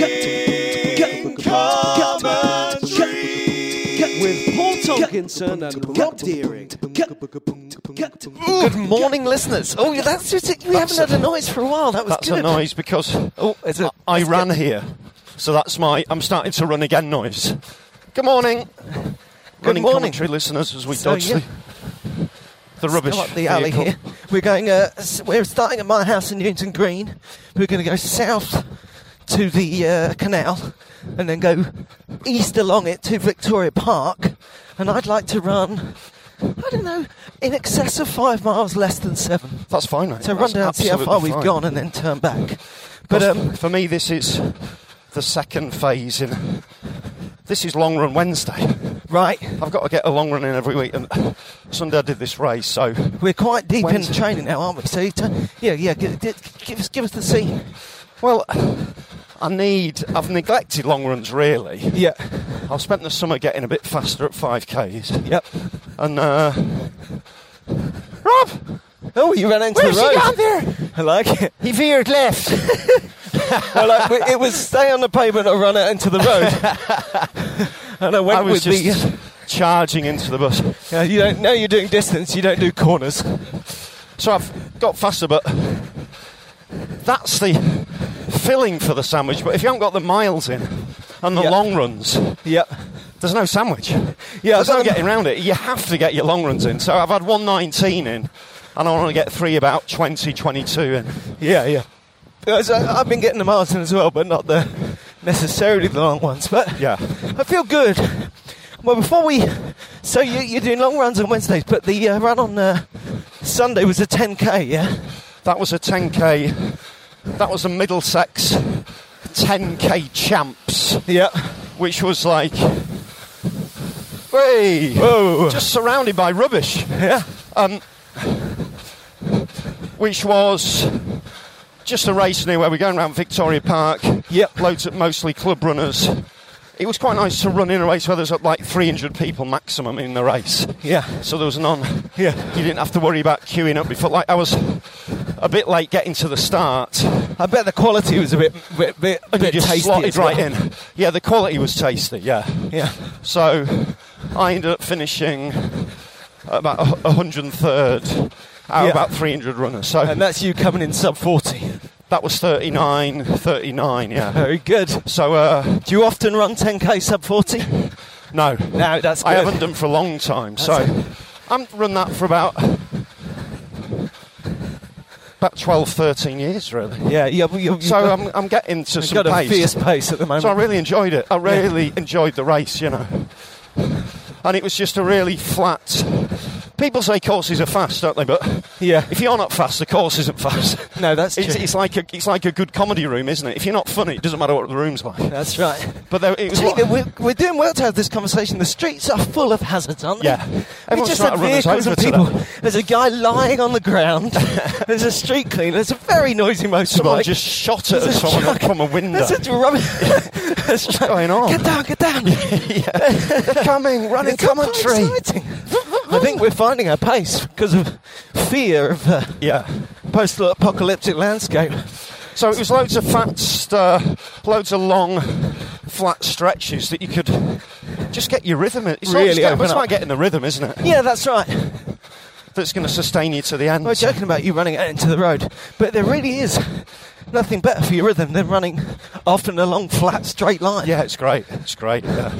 Running commentary. with Paul Tolkinson and Rob Deering. Good morning, listeners. Oh, yeah, that's just it. We haven't had a noise for a while. That was That's good. a noise because oh, it's a- I I it's ran good. here, so that's my I'm starting to run again noise. Good morning, Good running morning. commentary listeners, as we So, dodge yeah. the, the rubbish. Come up the alley vehicle. here. We're going. Uh, s- we're starting at my house in Newton Green. We're going to go south to the uh, canal, and then go east along it to Victoria Park. And I'd like to run. I don't know, in excess of five miles, less than seven. That's fine, mate. So run That's down, see how far absolutely we've fine. gone, and then turn back. But But um, for me, this is the second phase in. This is long run Wednesday. right, I've got to get a long run in every week, and Sunday I did this race, so we're quite deep Wednesday. in training now, aren't we? So you turn, yeah, yeah. Give, give us, give us the scene. well. I need. I've neglected long runs really. Yeah, I've spent the summer getting a bit faster at five k's. yep. And uh, Rob, Oh, you ran into Where's the he road. gone there? I like it. He veered left. I like, it was stay on the pavement or run out into the road. and I went I was with just charging into the bus. the. Uh, you don't know you're doing distance. You don't do corners. So I've got faster, but that's the filling for the sandwich. But if you haven't got the miles in and the Yeah. long runs, Yep. there's no sandwich. Yeah, there's I no don't- getting around it. You have to get your long runs in. So I've had 119 in, and I want to get three about 20, 22 in. Yeah, yeah. Uh, so I've been getting the miles in as well, but not the necessarily the long ones. But Yeah. I feel good. Well, before we, so you, you're doing long runs on Wednesdays, but the uh, run on uh, Sunday was a 10k, yeah. That was a 10k. That was a Middlesex 10k champs. Yeah. which was like, hey, Whoa. just surrounded by rubbish, Oh, Yeah. which was just a race near where we're going around Victoria Park. Yep. loads of mostly club runners. It was quite nice to run in a race where there's like 300 people maximum in the race. Yeah. So there was none. Yeah. You didn't have to worry about queuing up before. Like I was a bit late getting to the start. I bet the quality was a bit bit bit, And bit you just tasty slotted as well. right in. Yeah, the quality was tasty. Yeah. Yeah. So I ended up finishing about a 103rd out Yeah. of about 300 runners. So And that's you coming in sub 40. that was 39, 39, yeah. Very good. So, uh, Do you often run 10k sub 40? no, No, that's I haven't done for a long time. so I haven't run that for about about 12, 13 years, really. Yeah, yeah. Well, you, So I'm, I'm getting to you've some got a pace. fierce pace at the moment. So I really enjoyed it. I really enjoyed the race, you know. And it was just a really flat people say courses are fast, don't they? But Yeah. if you're not fast, the course isn't fast. No, that's it's, true. it's like a, it's like a good comedy room, isn't it? If you're not funny, it doesn't matter what the room's like. That's right. But there, it was See, what- we're, we're doing well to have this conversation. The streets are full of hazards, aren't they? Yeah. We Everyone's just trying had to run us vehicles and over people. today. There's a guy lying on the ground. There's a street cleaner. There's a very noisy someone motorbike. just shot at There's a someone truck. from a window. There's a rubbish. What's going on? Get down, get down. coming, running It's not that commentary. exciting. I think we're finding our pace because of fear of uh, Yeah. post-apocalyptic landscape. So it was loads of fat, st- uh, loads of long, flat stretches that you could just get your rhythm. In. It's, all- Really it's about- open it's up. about getting the rhythm, isn't it? Yeah, that's right. That's going to sustain you to the end. I was joking about you running out into the road, but there really is nothing better for your rhythm than running often along flat, straight line. Yeah, it's great. It's great. Yeah.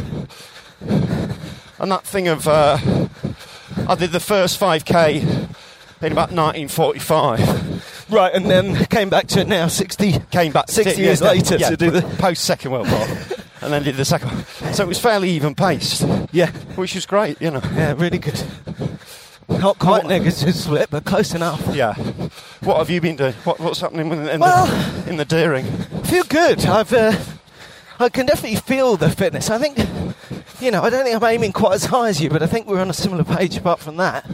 And that thing of uh, I did the first 5k in about 1945. Right, and then came back to it now, 60. Came back 60 did- years yeah, later yeah, to do the. post Second World War, and then did the second. one. So it was fairly even paced, Yeah, which was great. You know. yeah, really good. Not quite What- negative split, but close enough. Yeah. What have you been doing? What, what's happening in, the, in, Well- the, in the Deering? I feel good. I've, uh, I can definitely feel the fitness. I think, you know, I don't think I'm aiming quite as high as you, but I think we're on a similar page apart from that,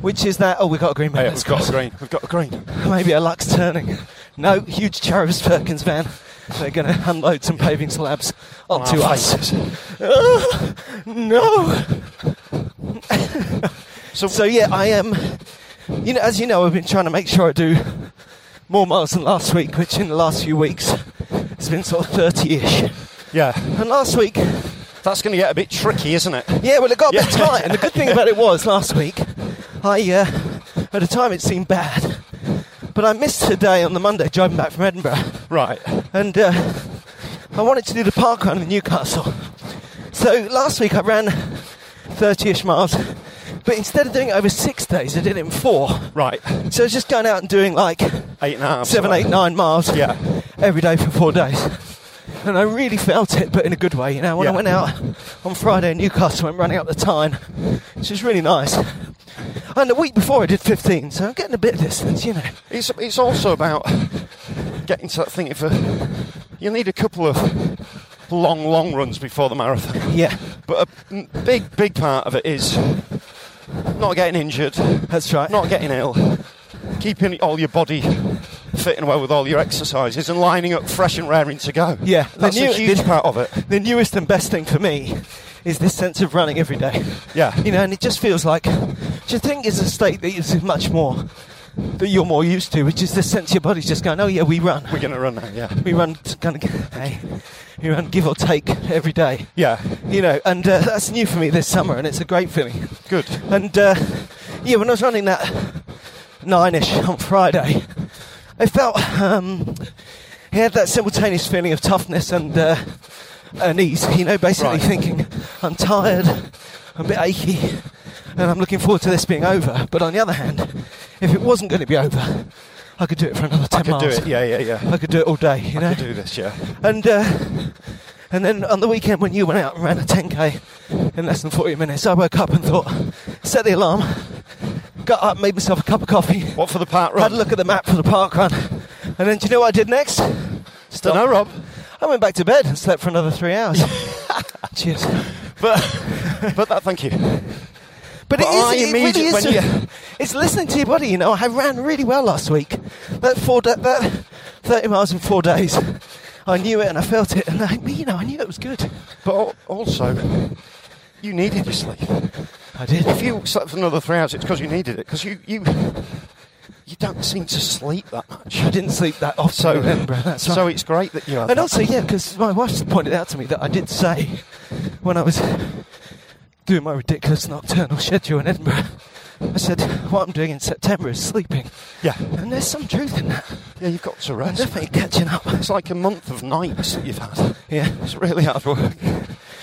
which is that, oh, we've got a green man. Hey, let's we've got cross. a green. We've got a green. Maybe a luck's turning. No, huge Jarvis Perkins van. They're going to unload some paving slabs onto our us. Ah, no. So, So yeah, I am. You know, as you know, I've been trying to make sure I do more miles than last week, which in the last few weeks has been sort of thirty-ish. yeah, And last week, that's going to get a bit tricky, isn't it? yeah, well, it got a bit Yeah. tight. And the good thing about it was last week, I uh, at the time it seemed bad, but I missed a day on the Monday driving back from Edinburgh. Right. and uh, I wanted to do the park run in Newcastle. So last week I ran 30-ish miles, but instead of doing it over six days, I did it in four. Right. So I was just going out and doing like Eight and a half. seven, eight, nine miles Yeah. every day for four days. And I really felt it, but in a good way. You know, when I Yeah. went out on Friday in Newcastle, I'm running up the Tyne, which is really nice. And the week before I did 15, so I'm getting a bit of distance, you know. It's, it's also about getting to that thing. If uh you need a couple of long, long runs before the marathon, Yeah, but a m- big, big part of it is not getting injured, that's right. not getting ill, keeping all your body fit and well with all your exercises, and lining up fresh and raring to go. Yeah, the that's new- a huge the- part of it. the newest and best thing for me is this sense of running every day. Yeah. You know, and it just feels like, which I think is a state that is much more, that you're more used to, which is this sense your body's just going, oh yeah, we run. We're going to run now, yeah. We run, kind of, hey, we run give or take every day. Yeah, You know, and uh, that's new for me this summer, and it's a great feeling. good. And uh, yeah, when I was running that nine-ish on Friday, I felt um, he had that simultaneous feeling of toughness and uh, and ease. You know, basically Right. thinking, I'm tired, I'm a bit achy, and I'm looking forward to this being over. But on the other hand, if it wasn't going to be over, I could do it for another ten I could do miles. it, yeah, yeah, yeah. I could do it all day. You know. I could do this, yeah. And uh, and then on the weekend when you went out and ran a 10k in less than 40 minutes, I woke up and thought, set the alarm, got up, made myself a cup of coffee, What for the part run? had a look at the map for the park run, and then do you know what I did next? Don't know, Rob. I went back to bed and slept for another three hours. Cheers. But, but that, thank you. But But it I is, it really immediate- is. when you- it's listening to your body, you know. I ran really well last week. That four, da- that 30 miles in four days. I knew it and I felt it, and I, you know, I knew it was good. But al- also, you needed your sleep. I did. If you slept for another three hours, it's because you needed it, because you, you, you don't seem to sleep that much. I didn't sleep that often. So, remember, that's right. so it's great that you have and that. also, yeah, because my wife pointed out to me that I did say when I was doing my ridiculous nocturnal schedule in Edinburgh, I said what I'm doing in September is sleeping, Yeah, and there's some truth in that. yeah, you've got to I'm rest. definitely catching up. It's like a month of nights that you've had. Yeah. It's really hard work.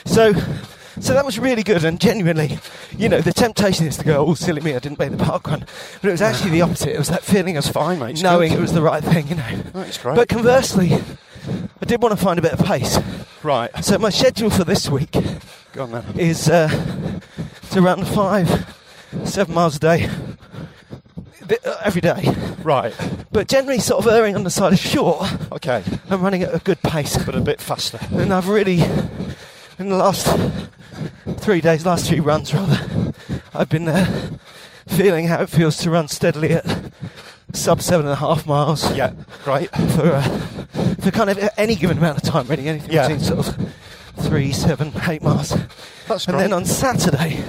So, so that was really good, and genuinely, you know, the temptation is to go, "Oh, silly me, I didn't make the park run," but it was actually the opposite. It was that feeling of fine, mate, it's knowing good. it was the right thing, you know. That's great. But conversely, I did want to find a bit of pace. Right, So my schedule for this week go on then. is uh, to run five seven miles a day, a bit- uh, every day. Right. But generally, sort of erring on the side of short Okay. and running at a good pace. But a bit faster. And I've really, in the last three days, last few runs rather, I've been uh, feeling how it feels to run steadily at sub seven and a half miles Yeah. Great. for uh, for kind of any given amount of time, really, anything Yeah. between sort of three, seven, eight miles. That's and great. then on Saturday,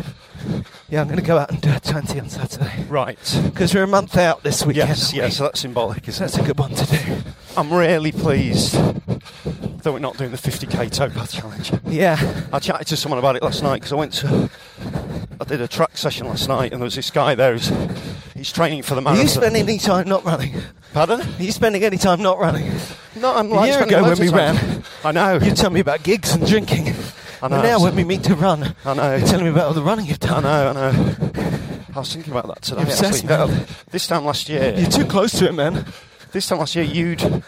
yeah, I'm going to go out and do a 20 on Saturday Right. because we're a month out this weekend. Yes, aren't we? yes, so that's symbolic, So isn't that's a good one to do. it? I'm really pleased that we're not doing the 50k toe path challenge. Yeah, I chatted to someone about it last night because I went to, I did a track session last night and there was this guy there who's, he's training for the are marathon. you spending any time not running? Pardon? Are you spending any time not running? No, I'm A like year spending ago loads when of we time- ran, I know. You tell me about gigs and drinking. I And know. now when we meet to run, I know. you're telling me about all the running you've I done. know, I know. I was thinking about that today. You're obsessed, actually. Uh, man. This time last year, You're too close to it, man. this time last year, you'd,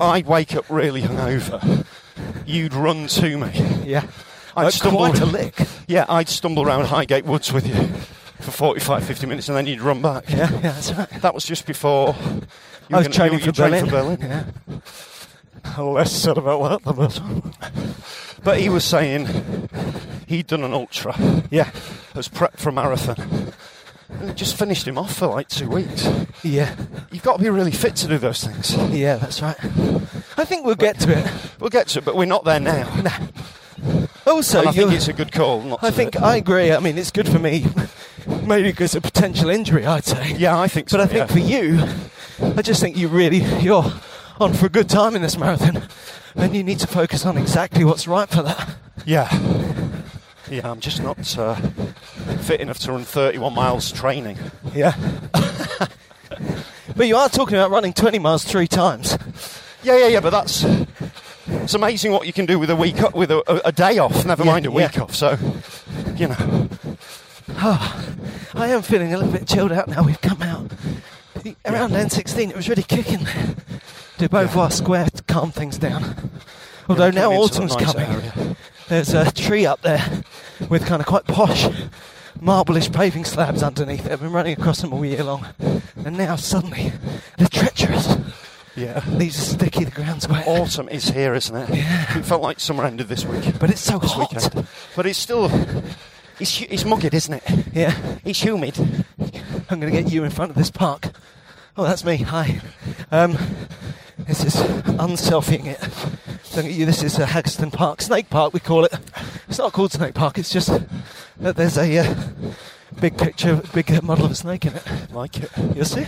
I'd wake up really hungover. You'd run to me. Yeah. I'd At stumble- quite a lick. Yeah, I'd stumble around Highgate Woods with you for 45, 50 minutes and then you'd run back. Yeah, yeah, that's right. That was just before. you were I was gonna- training you, for you trained Berlin. for Berlin. Yeah. Less said about that, the better. But he was saying he'd done an ultra Yeah, as prep for a marathon. And it just finished him off for like two weeks. yeah, You've got to be really fit to do those things. yeah, that's right. I think we'll get to it. We'll get to it, but we're not there now. Also, and I think you- it's a good call. Not I to think do it. I agree. I mean, it's good for me, maybe because of potential injury. I'd say. Yeah, I think. But so, I think yeah. for you, I just think you really you're on for a good time in this marathon, and you need to focus on exactly what's right for that. Yeah. Yeah, I'm just not uh, fit enough to run 31 miles training. Yeah. but you are talking about running 20 miles three times. Yeah, yeah, yeah, but that's it's amazing what you can do with a week o with a, a, a day off. Never Yeah, mind a week yeah. off. So, you know, Ah, I am feeling a little bit chilled out now. We've come out The- around N16. It was really kicking. De Beauvoir Square to calm things down. Although You're now coming into a autumn's nice coming. area. There's a tree up there with kind of quite posh marblish paving slabs underneath it. I've been running across them all year long. And now suddenly they're treacherous. yeah, These are sticky, the ground's wet. autumn is here, isn't it? It felt like summer ended this week, but it's so this hot. weekend. But it's still it's hu- it's muggy, isn't it? Yeah. It's humid. I'm going to get you in front of this park. Oh, that's me. Hi. Um, this is unselfieing it. Look at you. This is uh, Hagston Park, Snake Park. We call it. It's not called Snake Park. It's just that there's a uh, big picture, big uh, model of a snake in it. Like it. You'll see.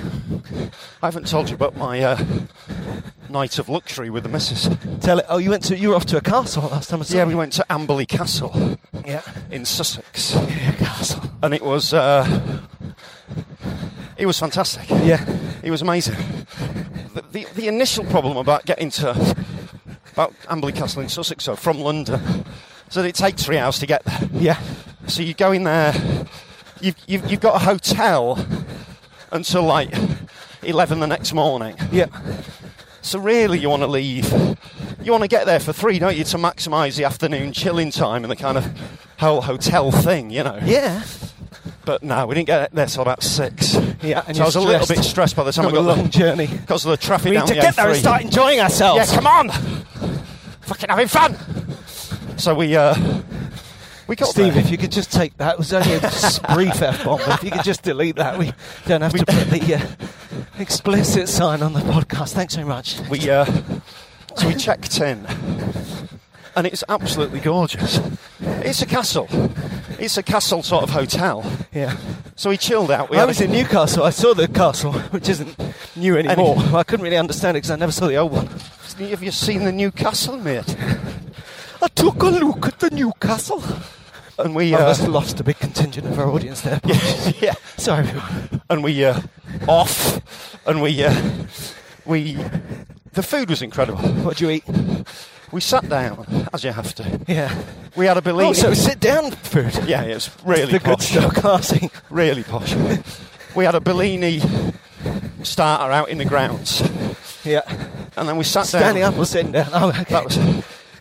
I haven't told you about my uh, night of luxury with the missus. Tell it. Oh, you went to. You were off to a castle last time. I saw Yeah, we you. went to Amberley Castle Yeah. in Sussex, Yeah, castle. and it was uh, it was fantastic. Yeah. It was amazing. The, the, the initial problem about getting to about Amberley Castle in Sussex, so from London, so that it takes three hours to get there. Yeah. So you go in there, you've, you've, you've got a hotel until like 11 the next morning. Yeah. So really, you want to leave. You want to get there for three, don't you, to maximise the afternoon chilling time and the kind of whole hotel thing, you know. Yeah. But no, we didn't get there till about six. Yeah. And so I was a little bit stressed by the time It's we a got long there journey. because of the traffic We down need the to get there and A3. start enjoying Yeah, ourselves. come on! Fucking having fun! So we, uh, we got Steve, there. if you could just take that, it was only a just brief F bomb. If you could just delete that, we don't have to put the uh, explicit sign on the podcast. Thanks very much. we, uh, so we checked in, and it's absolutely gorgeous. It's a castle. It's a castle sort of hotel. Yeah. So we chilled out. We I had a- was in Newcastle. I saw the castle, which isn't new anymore. Any- Well, I couldn't really understand it because I never saw the old one. Have you seen the new castle, mate? I took a look at the new castle. And we, I uh, just lost a big contingent of our audience there. yeah, Sorry, everyone. and we uh, off, and we, uh, we, the food was incredible. What do you eat? We sat down, as you have to. Yeah. We had a Bellini. Oh, so sit down food. yeah, it was really the good posh. stuff, classy. Really posh. we had a Bellini starter out in the grounds, Yeah. and then we sat Standing down. up or sitting down? Oh, okay. That was.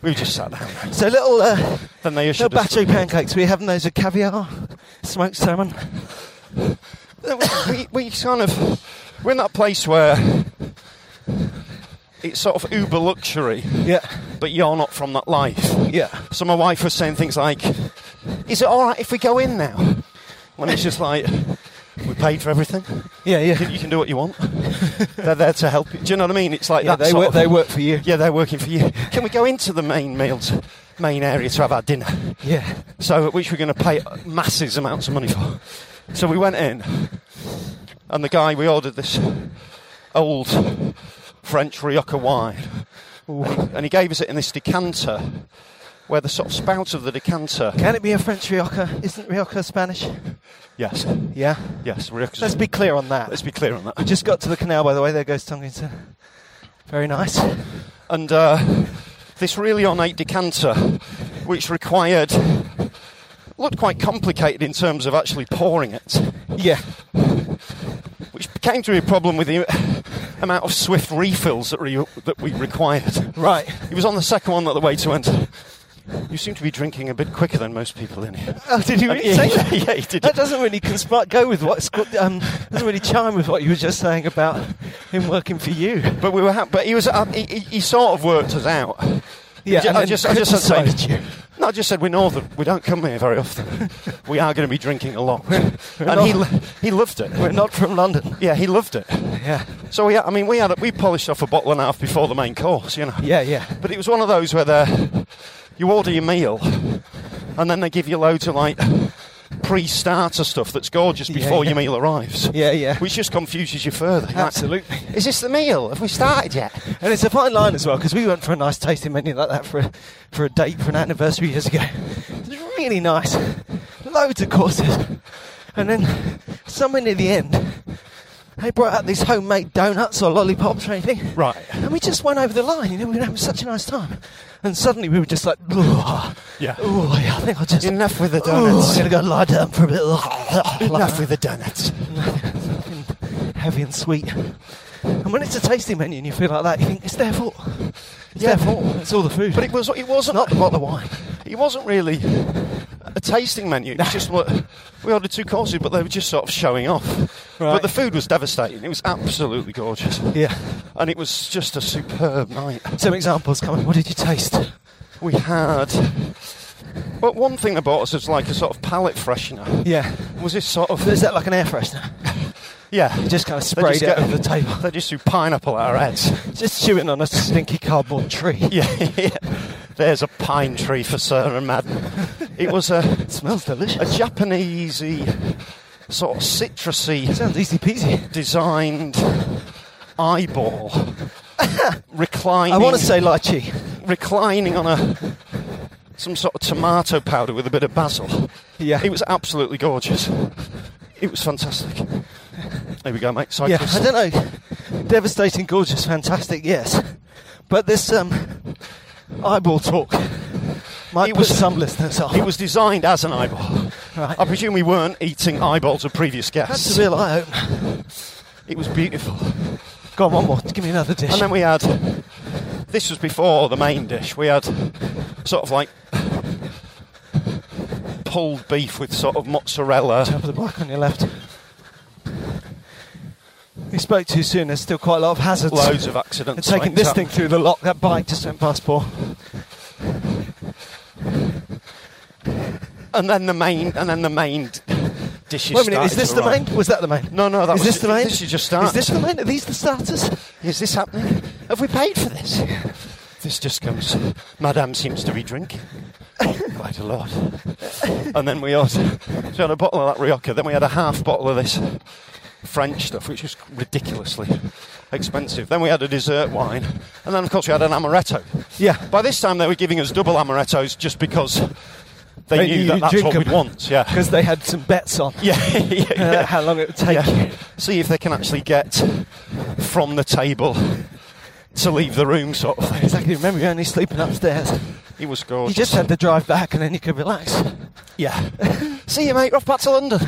We just sat down. So little, uh, Then they little issued us- battery pancakes. Were you having those with caviar, smoked salmon? uh, we, we kind of we're in that place where it's sort of uber luxury, Yeah. but you're not from that life. Yeah. So my wife was saying things like, "Is it all right if we go in now?" When it's just like, "We paid for everything. Yeah, You yeah. can, you can do what you want. They're there to help you." Do you know what I mean? It's like yeah that. they, sort work, of- they work for you. Yeah, they're working for you. Can we go into the main meals, main area to have our dinner? Yeah. so which we're going to pay masses amounts of money for. So we went in, and the guy we ordered this old French Rioja wine, and he gave us it in this decanter, where the sort of spout of the decanter. Can it be a French Rioja? Isn't Rioja Spanish? Yes, Yeah. yes, Rioja. Let's be clear on that. let's be clear on that. Just got to the canal, by the way. There goes Tonkinson. Very nice. and uh, this really ornate decanter, which required looked quite complicated in terms of actually pouring it. Yeah. which came to be a problem with the amount of swift refills that we, that we required. Right. It was on the second one that the waiter went, You seem to be drinking a bit quicker than most people in here. Oh, did you And really yeah, say yeah, that? yeah, he did. That doesn't really consp- go with what's got, um, doesn't really chime with what you were just saying about him working for you. But we were, ha- but he was, uh, he, he he sort of worked us out. Yeah, Ju- and I then just, I just had to criticised say, no, I just said we're northern. We don't come here very often. we are going to be drinking a lot, and not- he, lo- he loved it. We're not from London. Yeah, he loved it. Yeah, So we, had- I mean, we had, a- we polished off a bottle and a half before the main course, you know. yeah, yeah. But it was one of those where they're- you order your meal and then they give you loads of like pre starter stuff that's gorgeous Yeah, before yeah. your meal arrives. Yeah, yeah. Which just confuses you further. You're like, Absolutely. Is this the meal? Have we started yet? And it's a fine line as well because we went for a nice tasting menu like that for a, for a date for an anniversary years ago. It was really nice, loads of courses, and then somewhere near the end, they brought out these homemade donuts or lollipops or anything. Right. And we just went over the line. You know, we were having such a nice time, and suddenly we were just like, oh, Yeah. oh yeah, I think I'll just. Enough with the Oh, I'm donuts. gonna go lie down for a bit. Like Enough that with the donuts. nothing heavy and sweet. And when it's a tasting menu and you feel like that, you think it's their fault. It's their fault. It's all the food. But it was it wasn't not the bottle of wine. it wasn't really a tasting menu. It was just what we ordered two courses, but they were just sort of showing off. Right. But the food was devastating. It was absolutely gorgeous. Yeah. And it was just a superb night. Some examples coming. What did you taste? we had. But one thing they bought us was like a sort of palate freshener. Yeah. Was this sort of Is that like an air freshener? yeah? You just kind of They sprayed just it get- over the table. They just threw pineapple at our heads. Just chewing on a stinky cardboard tree. Yeah, yeah. There's a pine tree for Sir and Madam. It was a It smells a delicious. Japanesey sort of citrusy Sounds easy peasy. designed eyeball reclining. I want to say lychee. reclining on a some sort of tomato powder with a bit of basil. Yeah. It was absolutely gorgeous. It was fantastic. There we go, mate. Yeah, Cyprus. I don't know. Devastating, gorgeous, fantastic, yes. But this um, eyeball talk might It put was- some listeners off. It was designed as an eyeball. Right. I presume we weren't eating eyeballs of previous That's guests. a real eye opener. It was beautiful. Go on, one more. Give me another dish. And then we had. This was before the main dish. We had sort of like pulled beef with sort of mozzarella. Top of the block on your left. We spoke too soon. There's still quite a lot of hazards. Loads of And accidents. taking mate. this thing through the lock, that bike just went past Paul. And then the main. And then the main dishes. Wait a minute, is started this to the arrive. main? Was that the main? No, no, that is was this ju- the main? this is just Is this starts. the main? Are these the starters? Is this happening? Have we paid for this? This just comes. Madame seems to be drinking Oh, quite a lot. And then we also so we had a bottle of that Rioja, then we had a half bottle of this French stuff, which was ridiculously expensive. Then we had a dessert wine, and then of course we had an amaretto. Yeah. By this time they were giving us double amarettos just because they, They knew knew you'd that that's drink what 'em. we'd want. Yeah. Because they had some bets on yeah, yeah, uh, yeah. how long it would take. Yeah. See if they can actually get from the table to leave the room, sort of thing. Exactly. Remember, you're only sleeping upstairs. It was You gorgeous. just had the drive back, and then you could relax. yeah. See you, mate. Off back to London.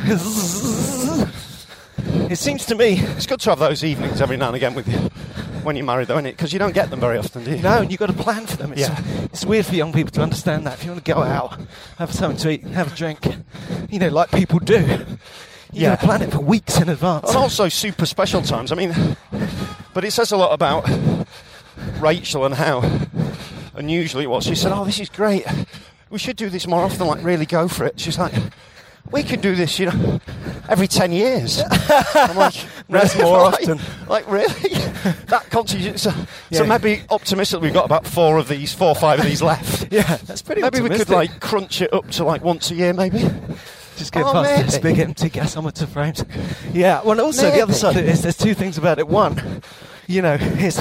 it seems to me It's good to have those evenings every now and again with you when you're married, though, isn't it? Because you don't get them very often, do you? No, and you've got to plan for them. It's, Yeah. it's weird for young people to understand that. If you want to go out, have something to eat, and have a drink, you know, like people do, You yeah. Oh, gotta plan it for weeks in advance. And also super special times. I mean, but it says a lot about Rachel and how unusually it was. She said, "Oh, this is great. We should do this more often. Like, really go for it." She's like, "We could do this, you know, every ten years." I'm like, That's "Really?" more Like- often. Like, really? that constitutes. So, so maybe optimistically, we've got about four of these, four or five of these left. Yeah, that's pretty Maybe we could optimistic. like crunch it up to like once a year, maybe. Just get Oh, past maybe. this big empty gasometer frames. Yeah, well, also the other Maybe. side of it is there's two things about it. One, you know, is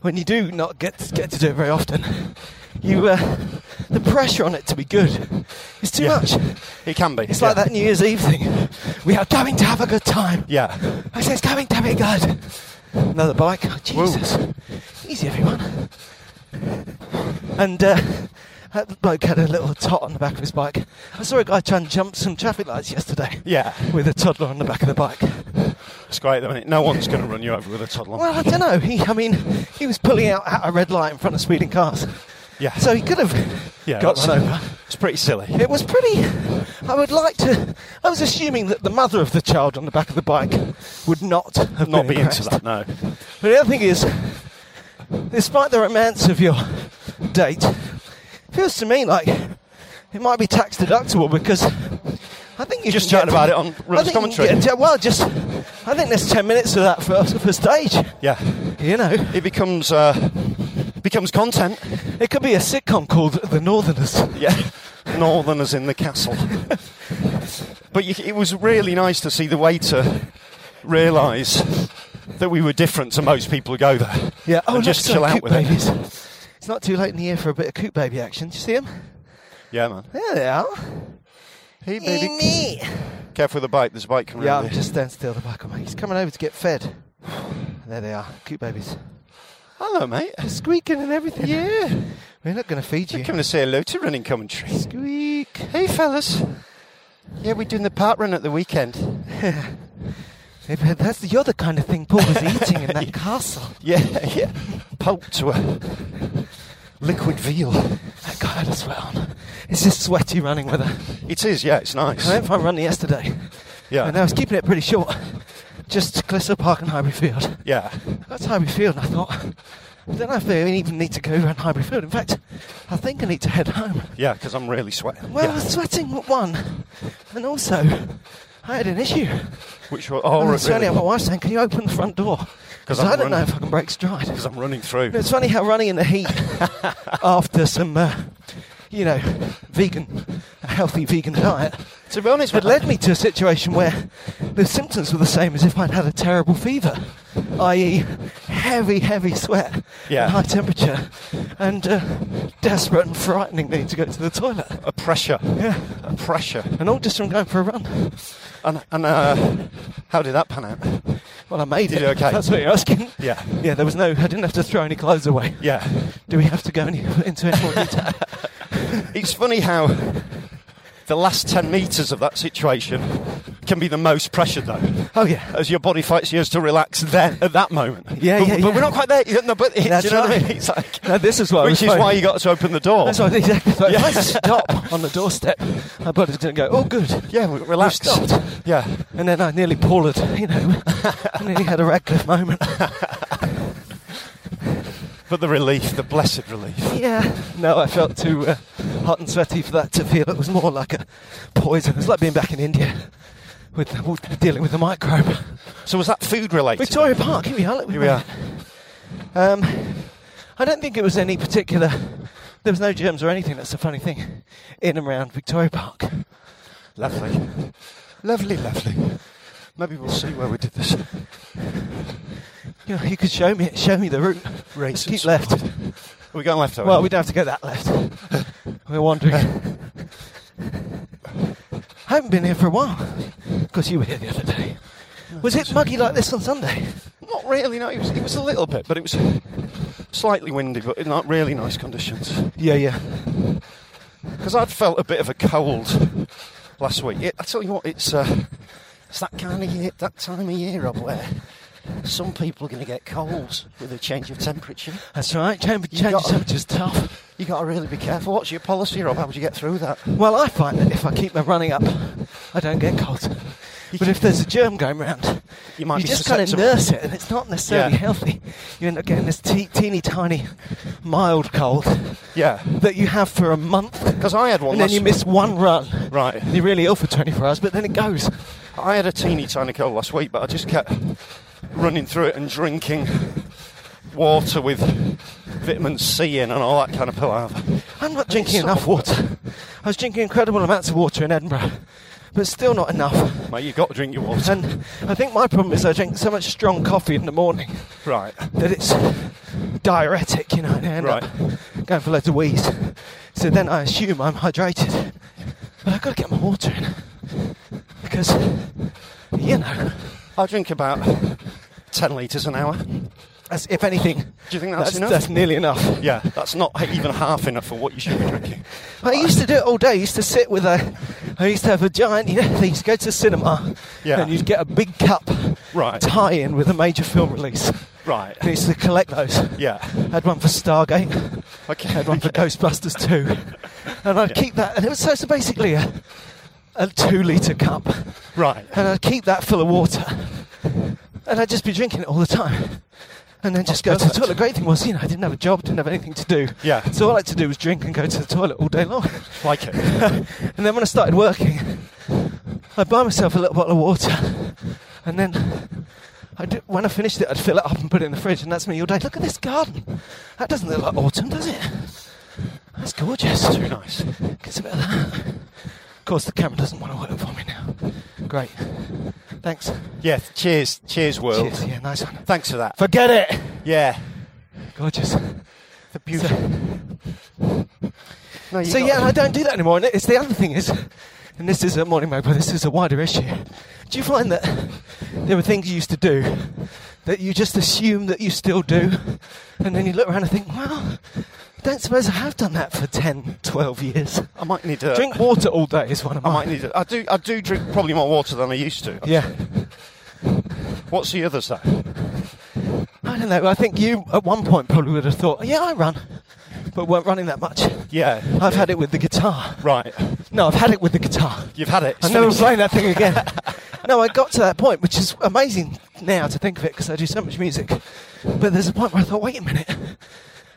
when you do not get get to do it very often, you uh, the pressure on it to be good is too Yeah. much. It can be. It's yeah. like that New Year's Eve thing. We are going to have a good time. Yeah. I said it's going to be good. Another bike. Oh, Jesus. Easy, everyone. And uh, that bloke had a little tot on the back of his bike. I saw a guy try and jump some traffic lights yesterday. Yeah. With a toddler on the back of the bike. It's great, though, isn't it? No one's going to run you over with a toddler. Well, I don't know. He, I mean, he was pulling out at a red light in front of speeding cars. yeah. So he could have yeah, got that's- run over. It's pretty silly. It was pretty. I would like to. I was assuming that the mother of the child on the back of the bike would not have Not been be into impressed. that, no. But the other thing is, despite the romance of your date, feels to me like it might be tax deductible because I think you Just can chatting get- about it on I Runner's think you can Commentary. get- well, just I think there's ten minutes of that for for stage. Yeah. You know, It becomes uh, becomes content. it could be a sitcom called The Northerners. Yeah. Northerners in the castle. but you, it was really nice to see the waiter realise that we were different to most people who go there. Yeah, and oh, look, just some chill out Coop with it. babies. It's not too late in the year for a bit of coop baby action. Do you see them? Yeah, man. There they are. Hey, Baby. baby. Careful with the bike. There's a bike coming Yeah, around I'm here. just standing still. The bike on my. He's coming over to get fed. And there they are, cute babies. Hello, mate. Squeaking and everything. Yeah. We're not going to feed you. You're coming to say hello to running commentary. Squeak. Hey, fellas. Yeah, we're doing the park run at the weekend. Hey, but That's the other kind of thing Paul was eating in that castle. Yeah, yeah. Pulp to a liquid veal. That guy had a sweat on. It's just sweaty running weather. It is, yeah, it's nice. I went for a run yesterday. Yeah. And I was keeping it pretty short. Just Clissa Park and Highbury Field. Yeah. That's Highbury Field, and I thought, I don't know if they even need to go around Highbury Field. In fact, I think I need to head home. Yeah, because I'm really sweating. Well, I yeah. was sweating at one, and also I had an issue. Which was and oh, it's funny how my really? wife's saying, "Can you open the front door?" 'Cause Because I I'm don't know running. if I can break stride. Because I'm running through. It's funny how running in the heat after some, uh, you know, vegan, a healthy vegan diet, To be honest, it led me to a situation where the symptoms were the same as if I'd had a terrible fever, i.e., heavy, heavy sweat, Yeah. and high temperature, and uh, desperate and frightening need to go to the toilet. a pressure, Yeah. a pressure. And all just from going for a run. And and uh, how did that pan out? Well, I made Did it. you okay? That's what you're asking. Yeah. Yeah, there was no, I didn't have to throw any clothes away. Yeah. Do we have to go any, into any more detail? It's funny how the last ten meters of that situation can be the most pressured though. oh, yeah. As your body fights yours to relax then at that moment. Yeah, but, yeah, But yeah. we're not quite there. You- No, but That's do you know what I mean? right. It's like No, this is what I was Which is phoning- why you got to open the door. That's what I exactly thought. If I Yeah. stop on the doorstep, my body's going to go, oh, good. Yeah, we- relax. You stopped. Yeah, And then I nearly poured, you know. I nearly had a Radcliffe moment. but the relief, the blessed relief. yeah. No, I felt too uh, hot and sweaty for that to feel. It was more like a poison. It was like being back in India with the, dealing with the microbe. So was that food related? Victoria Park, here we are. Look, Here we are. Um, I don't think it was any particular. There was no germs or anything. That's the funny thing, in and around Victoria Park. Lovely, lovely, lovely. Maybe we'll see where we did this. You, know, you could show me, show me the route. Race Keep and left. sport. Are we going left? are Well, we don't have to go that left. We're wandering. I haven't been here for a while. Of course, you were here the other day. Was it muggy like this on Sunday? not really. No, it was, it was a little bit, but it was slightly windy, but in not really nice conditions. Yeah, yeah. Because I'd felt a bit of a cold last week. It, I tell you what, it's uh, it's that kind of year, that time of year of where some people are going to get colds with a change of temperature. That's right. Chamber You change got- temperature's tough. You got to really be careful. What's your policy, Rob? How would you get through that? Well, I find that if I keep my running up, I don't get cold. But if there's a germ going round, You might you be just kind of susceptible. nurse it, and it's not necessarily Yeah. healthy. You end up getting this te- teeny tiny mild cold Yeah. that you have for a month, Because I had one. and then last- you miss one run. Right. And you're really ill for 24 hours, but then it goes. I had a teeny tiny cold last week, but I just kept running through it and drinking water with vitamin C in and all that kind of palaver. I'm not drinking It's so- enough water. I was drinking incredible amounts of water in Edinburgh, but still not enough. Mate, you've got to drink your water. And I think my problem is I drink so much strong coffee in the morning right. that it's diuretic, you know, and I end up going for loads of wheeze. So then I assume I'm hydrated. But I've got to get my water in. Because, you know, I drink about 10 litres an hour. that's, if anything, do you think that's enough? That's nearly enough. Yeah, that's not even half enough for what you should be drinking. I used to do it all day. I used to sit with a. I used to have a giant. You know, they used to go to the cinema. Yeah. And you'd get a big cup. Right. Tie-in with a major film release. Right. I used to collect those. Yeah. had one for Stargate. Okay. had one for Ghostbusters 2. And I'd keep that. And it was so, so basically a, a two-litre cup. Right. And I'd keep that full of water. And I'd just be drinking it all the time. And then just go to the perfect. toilet. Great thing was, you know, I didn't have a job, didn't have anything to do. Yeah. So all I had to do was drink and go to the toilet all day long. Like it. And then when I started working, I'd buy myself a little bottle of water. And then I did, when I finished it, I'd fill it up and put it in the fridge. And that's me all day. Look at this garden. That doesn't look like autumn, does it? That's gorgeous. Too nice. Gets a bit of that. Of course, the camera doesn't want to work for me now. Great. Thanks. Yeah, cheers. Cheers, world. Cheers. Yeah, nice one. Thanks for that. Forget it. yeah. Gorgeous. The beauty. No, you So got- yeah, I don't do that anymore. And it's the other thing is, and this is a morning mode, but this is a wider issue. Do you find that there were things you used to do that you just assume that you still do, and then you look around and think, well, I don't suppose I have done that for 10, 12 years. I might need to Drink water all day is one of I might mine. need. A, I do. I do drink probably more water than I used to. Yeah, What's the other side? I don't know. I think you at one point probably would have thought, yeah, I run, but weren't running that much. Yeah. I've had it with the guitar. Right. No, I've had it with the guitar. You've had it. It's I'm never finished. playing that thing again. no, I got to that point, which is amazing now to think of it because I do so much music. But there's a point where I thought, wait a minute,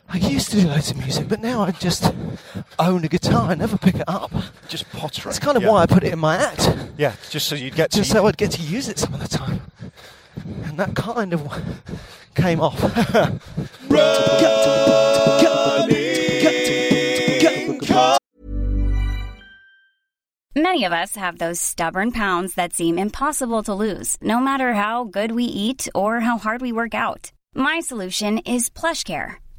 I used to do loads of music, but now I just own a guitar. I never pick it up. Just pottering. That's kind of yeah. why I put it in my act, Yeah. Just so you'd get to. just so I'd get to use it some of the time. And that kind of came off. Many of us have those stubborn pounds that seem impossible to lose, no matter how good we eat or how hard we work out. My solution is PlushCare.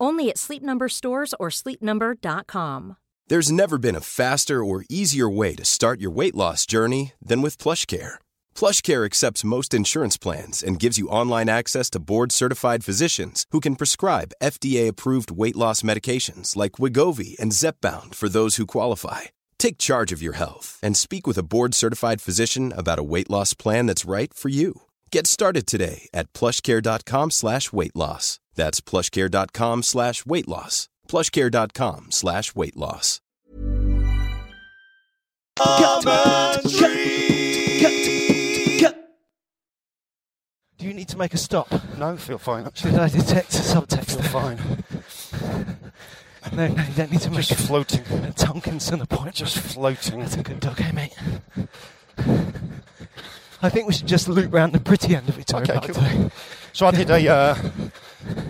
Only at Sleep Number stores or sleepnumber.com. There's never been a faster or easier way to start your weight loss journey than with PlushCare. PlushCare accepts most insurance plans and gives you online access to board-certified physicians who can prescribe FDA-approved weight loss medications like Wigovi and Zepbound for those who qualify. Take charge of your health and speak with a board-certified physician about a weight loss plan that's right for you. Get started today at plushcare.com slash weight loss. That's plushcare.com slash weight loss. Plushcare.com slash weight loss. Do you need to make a stop? No, feel fine. Actually, Did I detect a subtext? feel fine. No, no, you don't need to make Just floating. a Tonkinson appointment. Just floating. That's a good dog, eh, mate? I think we should just loop round the pretty end of it. Okay, Okay, cool. So I did a, uh,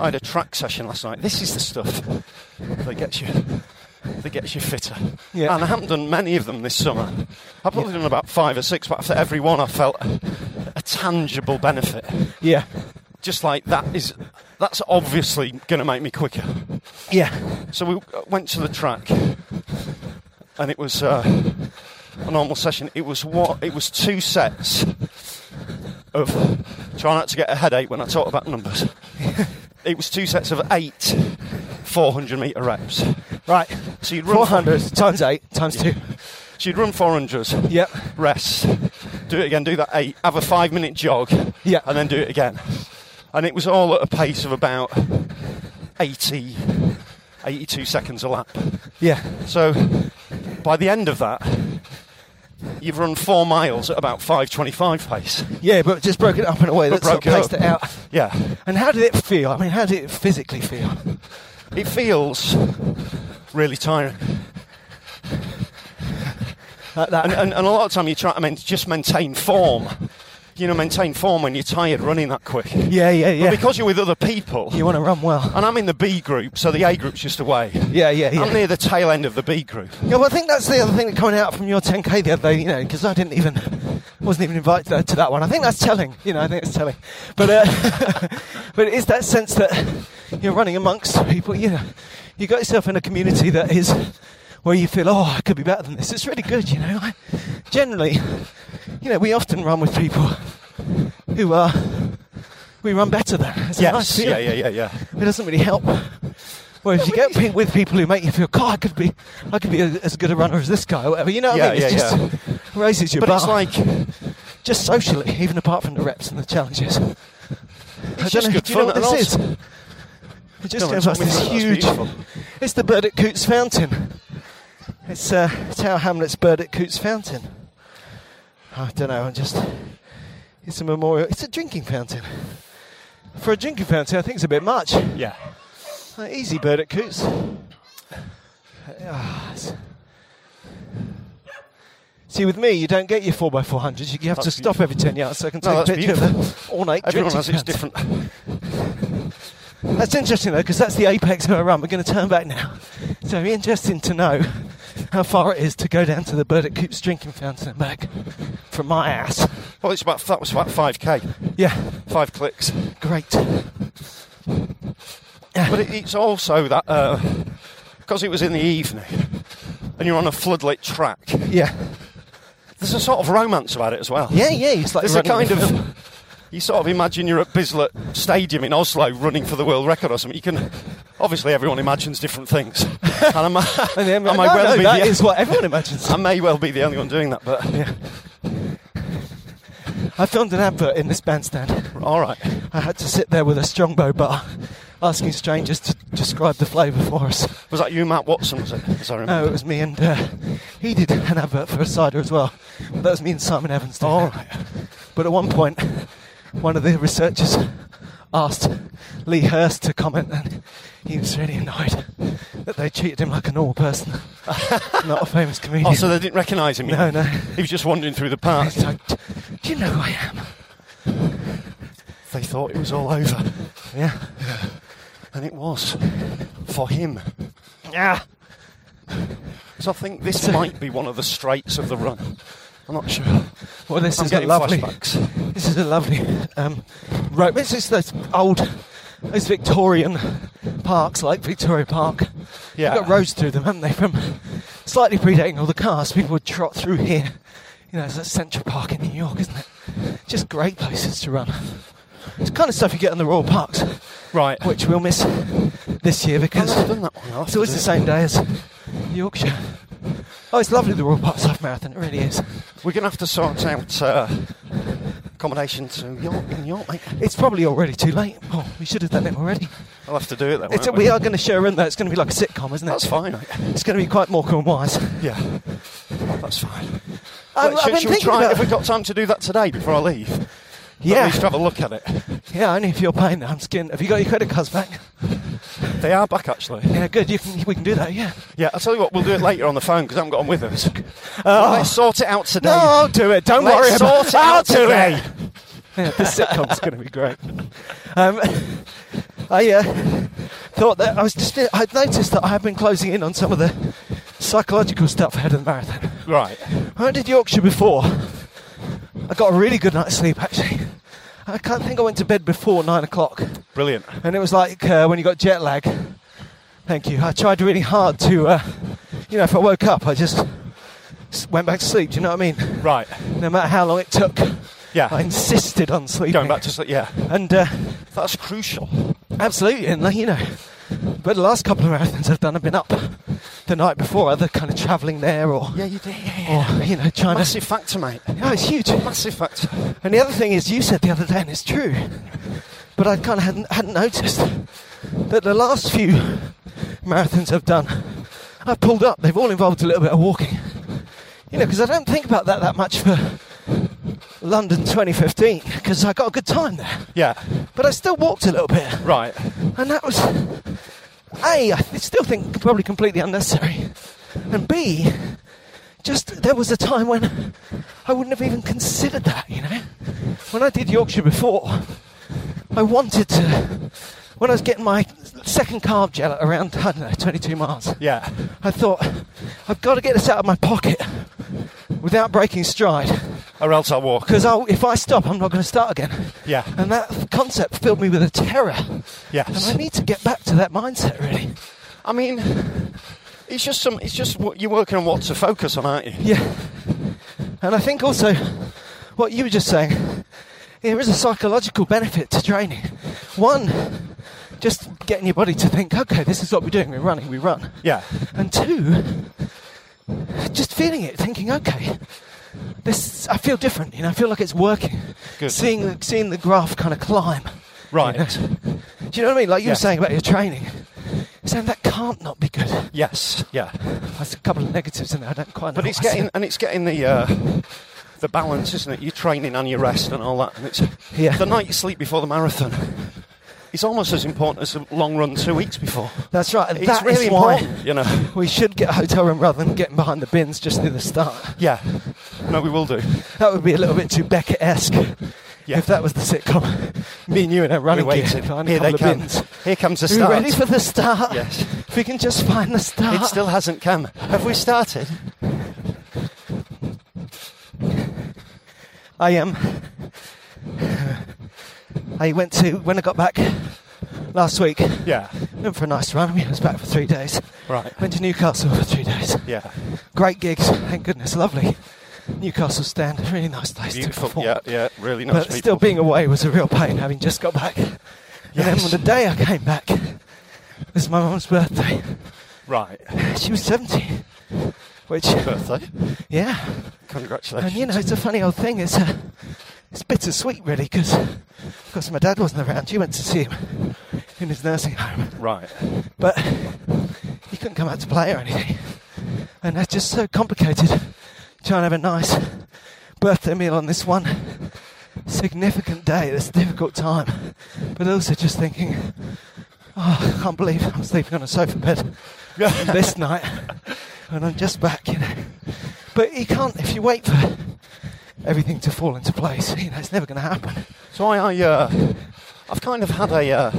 I had a track session last night. This is the stuff that gets you, that gets you fitter. Yeah. And I haven't done many of them this summer. I've probably done about five or six, but after every one, I felt a tangible benefit. Yeah. Just like that is, that's obviously going to make me quicker. Yeah. So we uh, went to the track, and it was uh, a normal session. It was what it was two sets of trying not to get a headache when I talk about numbers. it was two sets of eight 400 meter reps. Right. So you'd run 400 times 8 times 2. So you'd run 400s. Yep. Rest. Do it again. Do that eight. Have a five minute jog. Yeah. And then do it again. And it was all at a pace of about 80, 82 seconds a lap. Yeah. So by the end of that, you've run four miles at about 5:25 pace. Yeah, but just broke it up in a way But that sort of broke it placed up. it out. Yeah, And how did it feel? I mean, how did it physically feel? it feels really tiring, Like that. and, and, and a lot of time you try to men- just maintain form. You know, maintain form when you're tired running that quick. yeah, yeah, But yeah. because you're with other people, you want to run well. and I'm in the B group, so the A group's just away. Yeah, yeah, yeah. I'm near the tail end of the B group. Yeah, well, I think that's the other thing that coming out from your 10k the other day, you know, because I didn't even, wasn't even invited to, to that one. I think that's telling, you know, I think it's telling. But, uh, but it is that sense that you're running amongst people, you know, you got yourself in a community that is where you feel, oh, I could be better than this. It's really good, you know. I, generally, you know, we often run with people who are, we run better than. It's a nice feeling yeah, yeah, yeah, yeah. it doesn't really help. Whereas you get pe- with people who make you feel, God, I could be, I could be a, as good a runner as this guy, or whatever. You know what Yeah, I mean? It's yeah, just raises your But bar, it's like just socially, even apart from the reps and the challenges. it's just good do you know fun. what and this is? also- It just No, it's gives us this wonderful. That's huge. beautiful. It's the Bird at Coots Fountain. It's uh, Tower Hamlets Bird at Coots Fountain. I don't know. I'm just. It's a memorial. It's a drinking fountain. For a drinking fountain, I think it's a bit much. Yeah. Uh, easy bird at Coots. Uh, Ah, it's- See, with me, you don't get your 4x400s. You have to That's stop every 10 yards so I can take No, a that's picture of the ornate Everyone drinking has its fountain. different. That's interesting, though, because that's the apex of our run. We're going to turn back now. So it'll be interesting to know how far it is to go down to the bird at Coots drinking fountain and back from my ass. Well, it's about that was about 5k, Yeah, five clicks. great. But it, it's also that because it was in the evening and you're on a floodlit track. Yeah. There's a sort of romance about it as well. Yeah, yeah, it's like There's a running kind in a film. of you sort of imagine you're at Bislett Stadium in Oslo running for the world record or something. You can obviously everyone imagines different things. And I'm, And then, I no, might well no, be that the- is what everyone imagines. I may well be the only one doing that, but Yeah. I filmed an advert in this bandstand. all right. I had to sit there with a strongbow bar asking strangers to describe the flavour for us. Was that you, Matt Watson? Was it? As I No, remember. it was me and uh, he did an advert for a cider as well. But that was me and Simon Evans. Doing All it. But at one point, one of the researchers asked Lee Hurst to comment, and he was really annoyed that they treated him like a normal person, not a famous comedian. Oh, so Ah. they didn't recognise him. no, no. He was just wandering through the park. It's like, "Do you know who I am? They thought it was all over, Yeah. and it was for him. Yeah. So I think this might be one of the straights of the run. I'm not sure. Well, this I'm is a getting lovely. flashbacks. This is a lovely um, rope. This is those old, those Victorian parks like Victoria Park. Yeah. They've got roads through them, haven't they? From slightly predating all the cars, people would trot through here. You know, it's like Central Park in New York, isn't it? Just great places to run. It's the kind of stuff you get in the Royal Parks, Right. which we'll miss this year I've because never done that one. I'll have it's to always do the it. same day as Yorkshire. Oh, it's lovely the Royal Parks Half Marathon. It really is. We're going to have to sort out uh, accommodation to York in York. Mate. It's probably already too late. Oh, we should have done it already. I'll have to do it then. It's, won't we are going to share in that. It's going to be like a sitcom, isn't it? That's fine. Mate. It's going to be quite Morecambe and Wise. Yeah. That's fine. I- Wait, I've should, been should we thinking try? about- Have we got time to do that today before I leave? At least Yeah, have a look at it. yeah. Only if you're paying. I'm skin. Have you got your credit cards back? They are back actually. Yeah, good. You can. We can do that. Yeah. Yeah, I'll tell you what, we'll do it later on the phone because I haven't got them with us. Oh. Let's sort it out today. No, I'll do it. Don't Let's worry about sort it out I'll do today. it. Yeah, this sitcom's going to be great. Um, I uh, thought that I was just, I'd noticed that I had been closing in on some of the psychological stuff ahead of the marathon. Right. I did Yorkshire before. I got a really good night's sleep actually. I can't think I went to bed before nine o'clock, Brilliant. and it was like uh, when you got jet lag. Thank you. I tried really hard to, uh, you know, if I woke up, I just s- went back to sleep. Do you know what I mean? Right. No matter how long it took, Yeah. I insisted on sleeping. Ah. Going back to sleep. Yeah. and uh, That's crucial. Absolutely, and like, you know, but the last couple of marathons I've done, I've been up the night before, either kind of travelling there or you did. or you know trying Massive factor, mate. to. No, it's huge. Massive factor. And the other thing is, you said the other day, and it's true, but I kind of hadn't, hadn't noticed that the last few marathons I've done, I've pulled up. They've all involved a little bit of walking, you know, because I don't think about that that much for London 2015 because I got a good time there, Yeah. but I still walked a little bit. Right. And that was A, I th- still think probably completely unnecessary. And B, just there was a time when I wouldn't have even considered that, you know? When I did Yorkshire before, I wanted to. When I was getting my second carb gel at around, I don't know, 22 miles, Yeah. I thought, I've got to get this out of my pocket without breaking stride. Or else I'll walk. Because if I stop, I'm not going to start again. Yeah. And that concept filled me with a terror. And Yes. I need to get back to that mindset, really. I mean, it's just some. It's just what you're working on what to focus on, aren't you? Yeah. And I think also what you were just saying, there is a psychological benefit to training. One, just getting your body to think, okay, this is what we're doing, we're running, we run. Yeah. And two, just feeling it, thinking, okay, this I feel different, you know, I feel like it's working. Good. Seeing the seeing the graph kind of climb. Right. You know? Do you know what I mean? Like you Yeah. were saying about your training. Saying that can't not be good. Yes. Yeah. That's a couple of negatives in there. I don't quite know. But it's what I said. getting and it's getting the uh, the balance, isn't it? Your training and your rest and all that. And it's Yeah. the night you sleep before the marathon. It's almost as important as a long run two weeks before. That's right. and It's that really is why important, you know. we should get a hotel room rather than getting behind the bins just near the start. Yeah. No, we will do. That would be a little bit too Beckett-esque. Yeah. If that was the sitcom, me and you in our running we gear waited. behind a Here they couple of come. bins. Here comes the Are you start. ready for the start? Yes. If we can just find the start. It still hasn't come. Have we started? I am. I went to when I got back last week. Yeah. Went for a nice run. I mean, I was back for three days. Right. Went to Newcastle for three days. Yeah. Great gigs. Thank goodness. Lovely. Newcastle stand. Really nice place to Beautiful. perform. Yeah. Yeah. Really nice. but people. still being away was a real pain having just got back. And then Yes. on the day I came back, it was my mum's birthday. right. She was 70. Which, Birthday. yeah. Congratulations. And you know, it's a funny old thing. It's, uh, it's bittersweet, really, because of course my dad wasn't around. She went to see him in his nursing home. Right. But he couldn't come out to play or anything. And that's just so complicated trying to have a nice birthday meal on this one significant day at this difficult time. But also just thinking, oh, I can't believe I'm sleeping on a sofa bed this night and I'm just back, you know. But you can't, if you wait for everything to fall into place, you know, it's never going to happen. So I, I uh, I've kind of had a uh,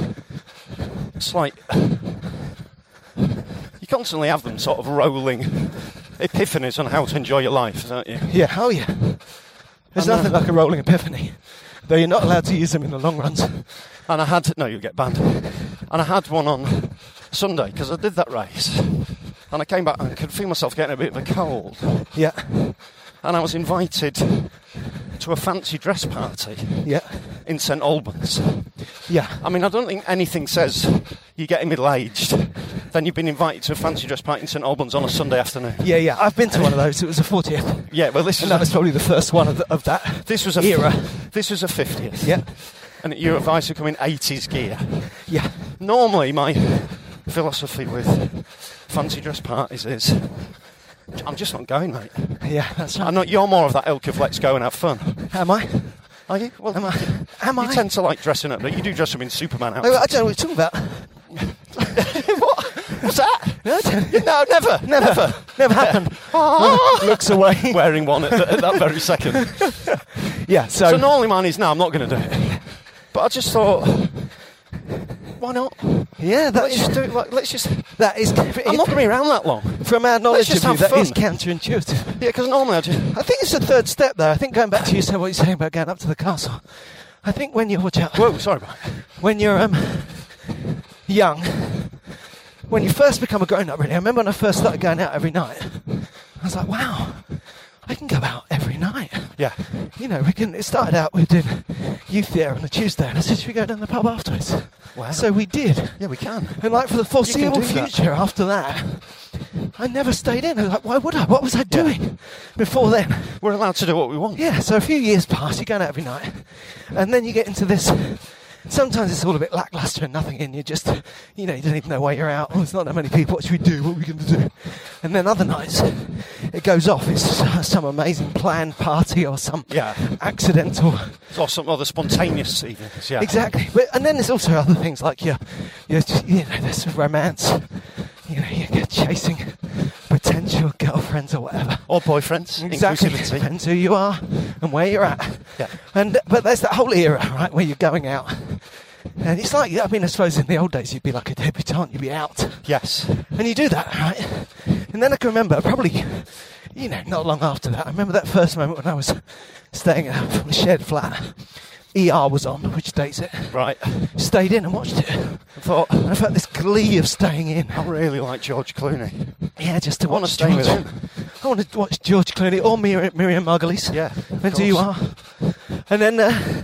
slight. You constantly have them sort of rolling epiphanies on how to enjoy your life, don't you? Yeah, oh yeah. There's And, uh, nothing like a rolling epiphany. Though you're not allowed to use them in the long runs. And I had no, you'll get banned. And I had one on Sunday because I did that race, and I came back and could feel myself getting a bit of a cold, Yeah, and I was invited to a fancy dress party yeah, in St Albans. yeah. I mean, I don't think anything says you're getting middle aged than you've been invited to a fancy dress party in St Albans on a Sunday afternoon. Yeah, yeah. I've been to one of those. It was the 40th. Yeah, well, this And was that was a, probably the first one of, the, of that. this was a era. This was a fiftieth. Yeah, and you were advised to come in eighties gear. yeah. Normally, my philosophy with fancy dress parties is, I'm just not going, mate. Yeah, that's right. I'm not. You're more of that ilk of let's go and have fun. Am I? Are you? Well, Am I? Am you I? tend to like dressing up, but you do dress up in Superman I, Oh, I outfits. don't know what you're talking about. what? What's that? No, I don't. No, never, never. Never happened. Ah! Looks away. Wearing one at, th- at that very second. Yeah, so- normally mine is now. I'm not going to do it. But I just thought, why not? Yeah, Let's that's just do it. Like, let's just. that is. I'm not going to be around that long. From our Let's knowledge just of you, have that is fun. counterintuitive. Yeah, because normally I just. I think it's the third step, though. I think going back to you saying what you're saying about going up to the castle. I think when you're watch out, Whoa, sorry. About when you're um, young, when you first become a grown up, really, I remember when I first started going out every night. I was like, wow, I can go out every night. Yeah. You know, we can. It started out we did youth there on a Tuesday, and I said, should we go down the pub afterwards? Wow. So we did. Yeah, we can. And like for the foreseeable do that. future after that, I never stayed in. I was like, why would I? What was I doing before then? We're allowed to do what we want. Yeah, so a few years pass, you're going out every night. And then you get into this. Sometimes it's all a bit lackluster and nothing, and you just, you know, you don't even know why you're out. Oh, there's not that many people. What should we do? What are we going to do? And then other nights, it goes off. It's uh, some amazing planned party or some Yeah. accidental Or some other spontaneous evenings. Yeah. Exactly. But, and then there's also other things like your, your you know, there's romance. You know, you're chasing potential girlfriends or whatever. Or boyfriends. Exactly. Inclusivity. Depends who you are and where you're at. Yeah. And but there's that whole era, right, where you're going out. And it's like, I mean, I suppose in the old days you'd be like a debutante, you'd be out. Yes. And you do that, right? And then I can remember, probably, you know, not long after that, I remember that first moment when I was staying at a shared flat. ER was on, which dates it. Right. Stayed in and watched it. I thought, I felt this glee of staying in. I Oh, really like George Clooney. Yeah, just to I wanna watch stay with George- him. I want to watch George Clooney or Mir- Miriam Margolyes. Yeah, of When do you are? course. And then, uh,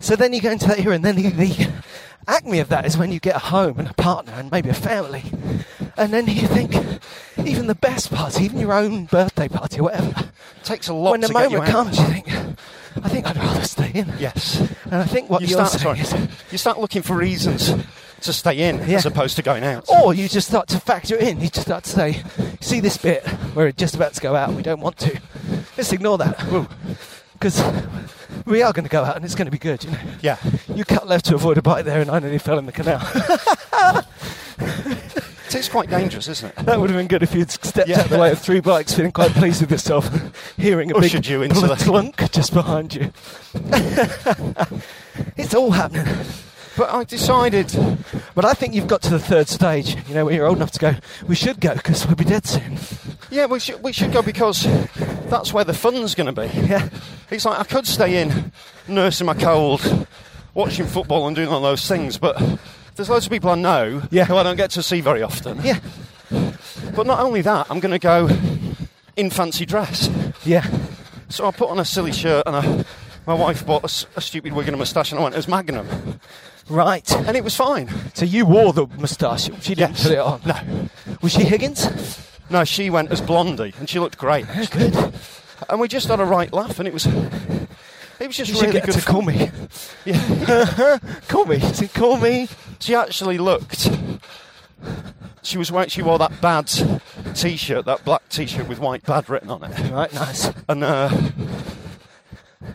so then you go into that era, and then the, the acme of that is when you get a home and a partner and maybe a family. And then you think, even the best party, even your own birthday party or whatever, Takes a lot when to the get moment you out. comes, you think, I think I'd rather stay in. Yes. And I think what You you are start, saying sorry, is, you start looking for reasons to stay in Yeah. as opposed to going out. Or you just start to factor it in. You just start to say, see this bit, we're just about to go out, we don't want to. Let's ignore that. Because we are going to go out and it's going to be good, you know. Yeah. You cut left to avoid a bite there and I nearly fell in the canal. It is quite dangerous, isn't it? that would have been good if you'd stepped Yeah. out the way of three bikes feeling quite pleased with yourself, hearing a Ushered big you into the- clunk just behind you. it's all happening. But I decided, But I think you've got to the third stage, you know, where you're old enough to go, we should go because we'll be dead soon. yeah, we should, we should go because that's where the fun's going to be. Yeah. It's like I could stay in, nursing my cold, watching football and doing all those things, but there's loads of people I know Yeah. who I don't get to see very often. Yeah. But not only that, I'm going to go in fancy dress. Yeah. So I put on a silly shirt and I, my wife bought a s a a stupid wig and a moustache and I went, it was Magnum. Right. And it was fine. So you wore the moustache. She didn't Yes. put it on. No. Was she Higgins? No, she went as Blondie, and she looked great. Good. And we just had a right laugh, and it was, it was just You should really get her good. Uh-huh. to call me. Yeah. Call me. She said, call me. she actually looked. She was wearing. She wore that bad t-shirt, that black t-shirt with white bad written on it. Right, nice. And uh,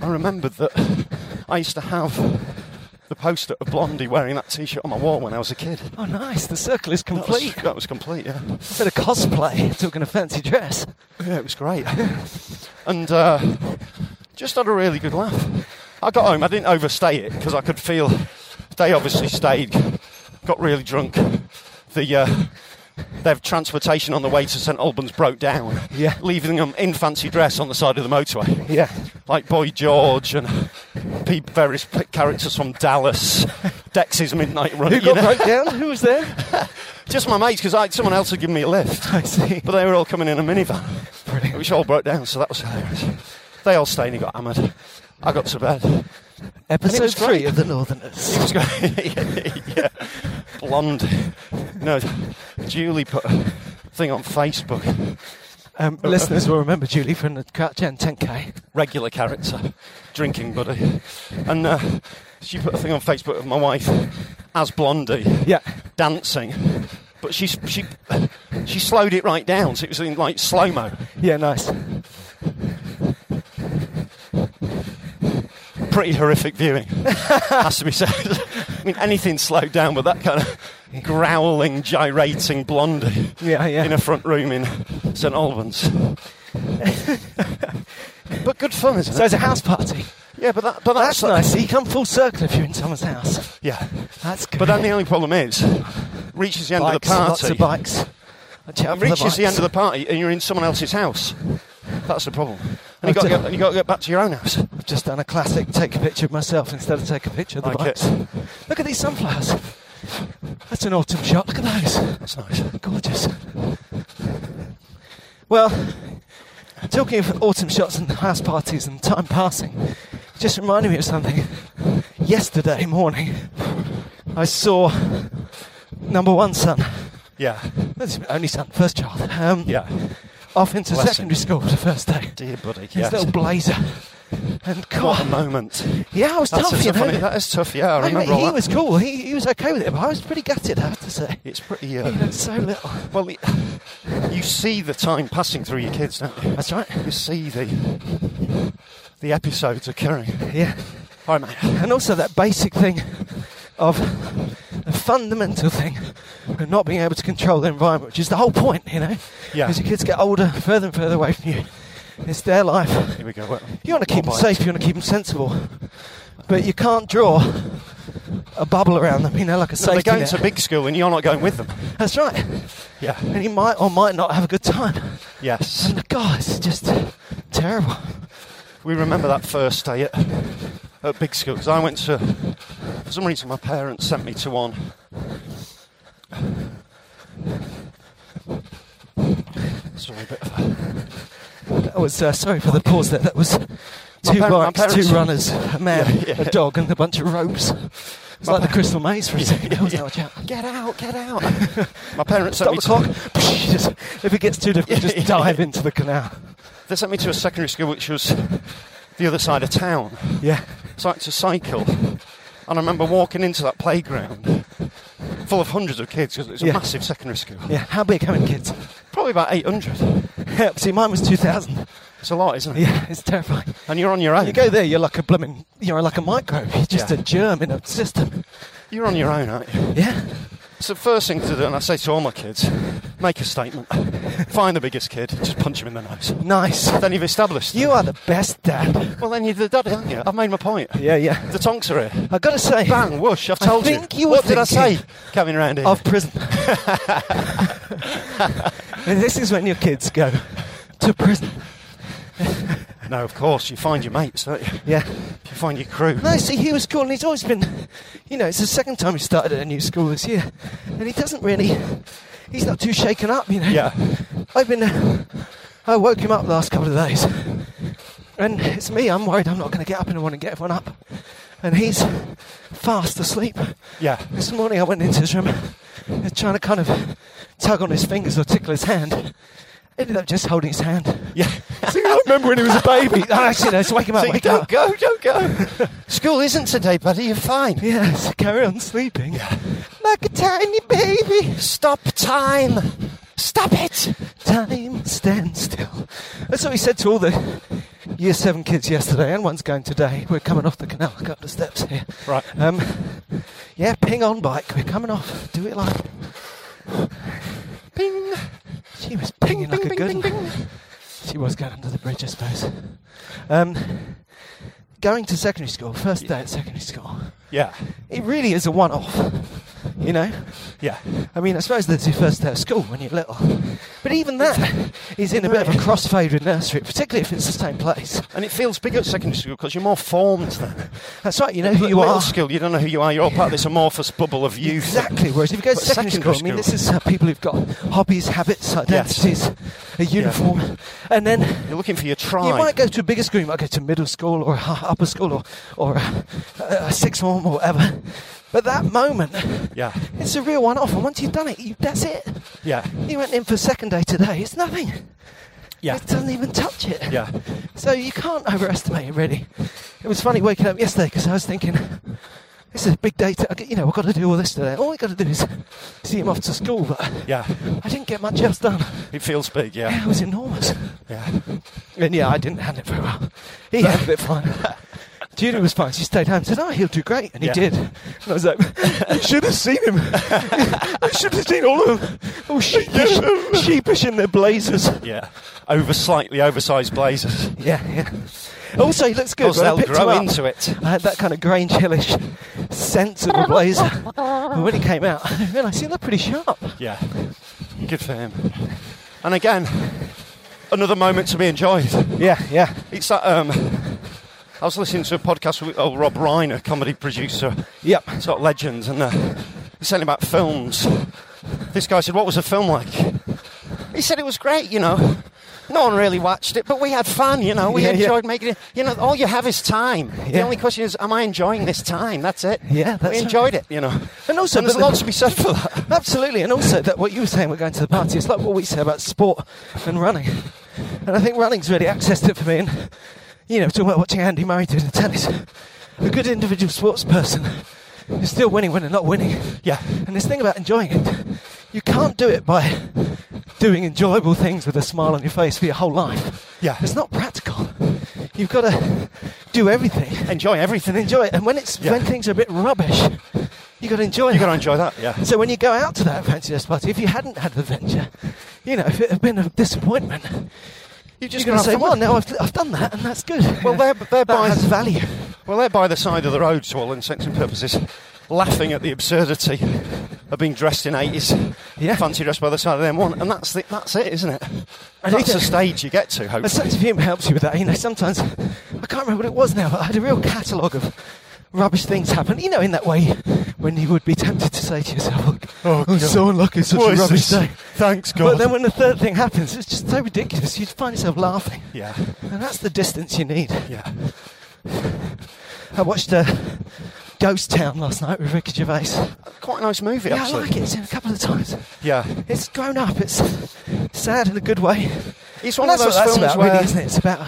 I remembered that I used to have the poster of Blondie wearing that t-shirt on my wall when I was a kid. Oh, nice. The circle is That was- complete. That was complete. Yeah. Bit of cosplay. Took in a fancy dress. Yeah, it was great. and uh, just had a really good laugh. I got home, I didn't overstay it because I could feel they obviously stayed, got really drunk. The uh, their transportation on the way to St Albans broke down, Yeah. leaving them in fancy dress on the side of the motorway. Yeah. Like Boy George and pe- various p- characters from Dallas, Dex's Midnight Run. Who you got know? broke down? Who was there? Just my mates, because someone else had given me a lift. I see. But they were all coming in a minivan, Brilliant. which all broke down, so that was hilarious. They all stayed and got hammered. I got to bed. It Episode was great. three of The Northerners. was great. yeah. Blonde. No, Julie put a thing on Facebook. Um, listeners will remember Julie from the Crouch End 10K. Regular character, drinking buddy. And uh, she put a thing on Facebook of my wife as Blondie Yeah. dancing. But she, she, she slowed it right down, so it was in like slow mo. Yeah, nice. pretty horrific viewing, has to be said. I mean, anything slowed down, but that kind of growling, gyrating blondie Yeah, yeah. in a front room in St Albans. But good fun, isn't So it? it's a house party. Yeah, but, that, but Oh, That's, that's, nice. So you come full circle if you're in someone's house. Yeah. That's good. But then the only problem is, reaches the end bikes, of the Lots party. of bikes. Watch out for reaches bikes. the end of the party and you're in someone else's house. That's the problem. And I've you've got, to done- get, you got to get back to your own house. I've just done a classic take a picture of myself instead of take a picture of the Like bikes. Look at these sunflowers. That's an autumn shot. Look at those. That's nice. Gorgeous. Well, talking of autumn shots and house parties and time passing, it just reminded me of something. Yesterday morning, I saw number one son. Yeah. That's my only son, first child. Um, Yeah. Off into Bless him. secondary school for the first day. Dear buddy. His Yes. little blazer. And what a God, moment. yeah, I was That's tough, a you tough know. one. That is tough, yeah. I I mean, remember all he that. was cool. He, he was okay with it, but I was pretty gutted, I have to say. It's pretty. He Uh, looked so little. well, y- you see the time passing through your kids, don't you? That's right. You see the the episodes occurring. Yeah. All right, mate. And also that basic thing of the fundamental thing of not being able to control the environment, which is the whole point, you know? Yeah. As your kids get older, further and further away from you, it's their life. Here we go. Well, You want to keep bye. them safe, you want to keep them sensible, but you can't draw a bubble around them, you know, like a So they're safety going net. to big school and you're not going with them. That's right. Yeah. And he might or might not have a good time. Yes. And God, it's just terrible. We remember that first day at, at big school because I went to, for some reason, my parents sent me to one. Sorry, a bit of a- That was uh, sorry for the pause there. That was two par- my bikes, two parents- runners, a man, Yeah, yeah. a dog, and a bunch of ropes. It's like the Crystal Maze for a second. I was yeah. like, "Watch out. Get out, get out. my parents sent Stop me to- the clock. Just- if it gets too difficult, Yeah, just yeah, dive yeah. into the canal. They sent me to a secondary school which was the other side of town. Yeah. So I had to cycle. And I remember walking into that playground full of hundreds of kids because it was a Yeah. massive secondary school. Yeah. How big? How many kids? Probably about 800. Yeah, see, mine was 2,000. It's a lot, isn't it? Yeah, it's terrifying. And you're on your own. You go there, you're like a blooming, you're like a microbe. You're just Yeah. a germ in a system. You're on your own, aren't you? Yeah. So the first thing to do, and I say to all my kids, make a statement. Find the biggest kid, just punch him in the nose. Nice. Then you've established. You them. are the best dad. Well, then you're the daddy, aren't you? I've made my point. Yeah, yeah. The tonks are here. I gotta say, Bang, whoosh, I've I told think you were what did I say thinking coming round here? of prison. and this is when your kids go to prison. no, of course, you find your mates, don't you? Yeah. You find your crew. No, see, he was cool, and he's always been, you know, it's the second time he started at a new school this year, and he doesn't really, he's not too shaken up, you know. Yeah. I've been, uh, I woke him up the last couple of days, and it's me. I'm worried I'm not going to get up in the morning and get everyone up, and he's fast asleep. Yeah. This morning I went into his room uh, trying to kind of tug on his fingers or tickle his hand. Ended up just holding his hand. Yeah. See, I remember when he was a baby. Oh, actually, no, it's wake him up, So you wake don't up. go, don't go. School isn't today, buddy. You're fine. Yeah, so carry on sleeping. Like a tiny baby. Stop time. Stop it. Time stands still. That's what he said to all the year seven kids yesterday, and one's going today. We're coming off the canal, a couple of steps here. Right. Um, yeah, ping on bike. We're coming off. Do it like. Ping. She was pinging like ping, a ping, good ping, one. ping. She was going under the bridge, I suppose. Um, going to secondary school, first day at secondary school, Yeah. it really is a one off, you know? Yeah. I mean, I suppose that's your first day of school when you're little. But even that is in a bit of a crossfade with nursery, particularly if it's the same place. And it feels big at secondary school because you're more formed then. That's right, you know who you Middle are. school, you don't know who you are. You're all part of this amorphous bubble of youth. Exactly. Whereas if you go to But secondary, secondary school, I mean, school- this is uh, people who've got hobbies, habits, identities, a uniform, and then You're looking for your tribe. You might go to a bigger school, you might go to middle school or h- upper school or, or a, a sixth form or whatever. But that moment, Yeah. it's a real one off. And once you've done it, you, that's it. Yeah. You went in for second day today, it's nothing. Yeah. It doesn't even touch it. Yeah. So you can't overestimate it, really. It was funny waking up yesterday because I was thinking, this is a big day. To, I g- you know, I've got to do all this today. All I've got to do is see him off to school, but Yeah. I didn't get much else done. It feels big, Yeah, yeah. it was enormous. Yeah. And yeah, I didn't hand it very well. He had a bit fine. Judy was fine. She stayed home. and Said, "Oh, he'll do great," and he Yeah. did. And I was like, "You should have seen him. I should have seen all of them. All sheepish, sheepish in their blazers." Yeah. Over slightly oversized blazers. Yeah, yeah. Also, he looks good. Because when I they'll picked him grow up, into it. I had that kind of Grange Hillish sense of the blazer. And when he came out, I realised he looked pretty sharp. Yeah. Good for him. And again, another moment to be enjoyed. Yeah, yeah. It's that. Um, I was listening to a podcast with old Rob Reiner, comedy producer, Yep. sort of legends, and uh, he's saying about films. This guy said, "What was the film like?" He said it was great. You know, no one really watched it, but we had fun. You know, we Yeah, yeah. enjoyed making it. You know, all you have is time. The Yeah. only question is, am I enjoying this time? That's it. Yeah, that's we right. enjoyed it. You know, And also, there's but the- lots to be said for that. Absolutely, and also that what you were saying, we're going to the party. It's like what we say about sport and running, and I think running's really accessed it for me. And you know, talking about watching Andy Murray do in tennis, a good individual sports person is still winning when they're not winning. Yeah. And this thing about enjoying it, you can't do it by doing enjoyable things with a smile on your face for your whole life. Yeah. It's not practical. You've got to do everything Enjoy and everything. enjoy it. And when it's Yeah. when things are a bit rubbish, you got to enjoy You it. got to enjoy that. Yeah. So when you go out to that adventurous party, if you hadn't had the venture, you know, if it had been a disappointment, You you're just going to gotta say, have fun "Well, with it. now I've, I've done that, and that's good." Well, they're- they're that by- has value. Well, they're by the side of the road to all intents and purposes, laughing at the absurdity of being dressed in 80s, Yeah. fancy dress by the side of them one, and that's the, that's it, isn't it? And that's you the get- stage you get to, hopefully. A sense of humour helps you with that. You know, sometimes I can't remember what it was now, but I had a real catalogue of rubbish things happen. You know, in that way, when you would be tempted to say to yourself, "Oh, I'm God. so unlucky, it's such What a is rubbish this? day." Thanks But God. then when the third thing happens, it's just so ridiculous. You find yourself laughing, yeah, and that's the distance you need. yeah. I watched uh, Ghost Town last night with Ricky Gervais. Quite a nice movie, Yeah, I actually. like it. It's in a couple of times. Yeah. It's grown up. It's sad in a good way. It's Well, one that's of what those films that's about, where... really, isn't it? It's about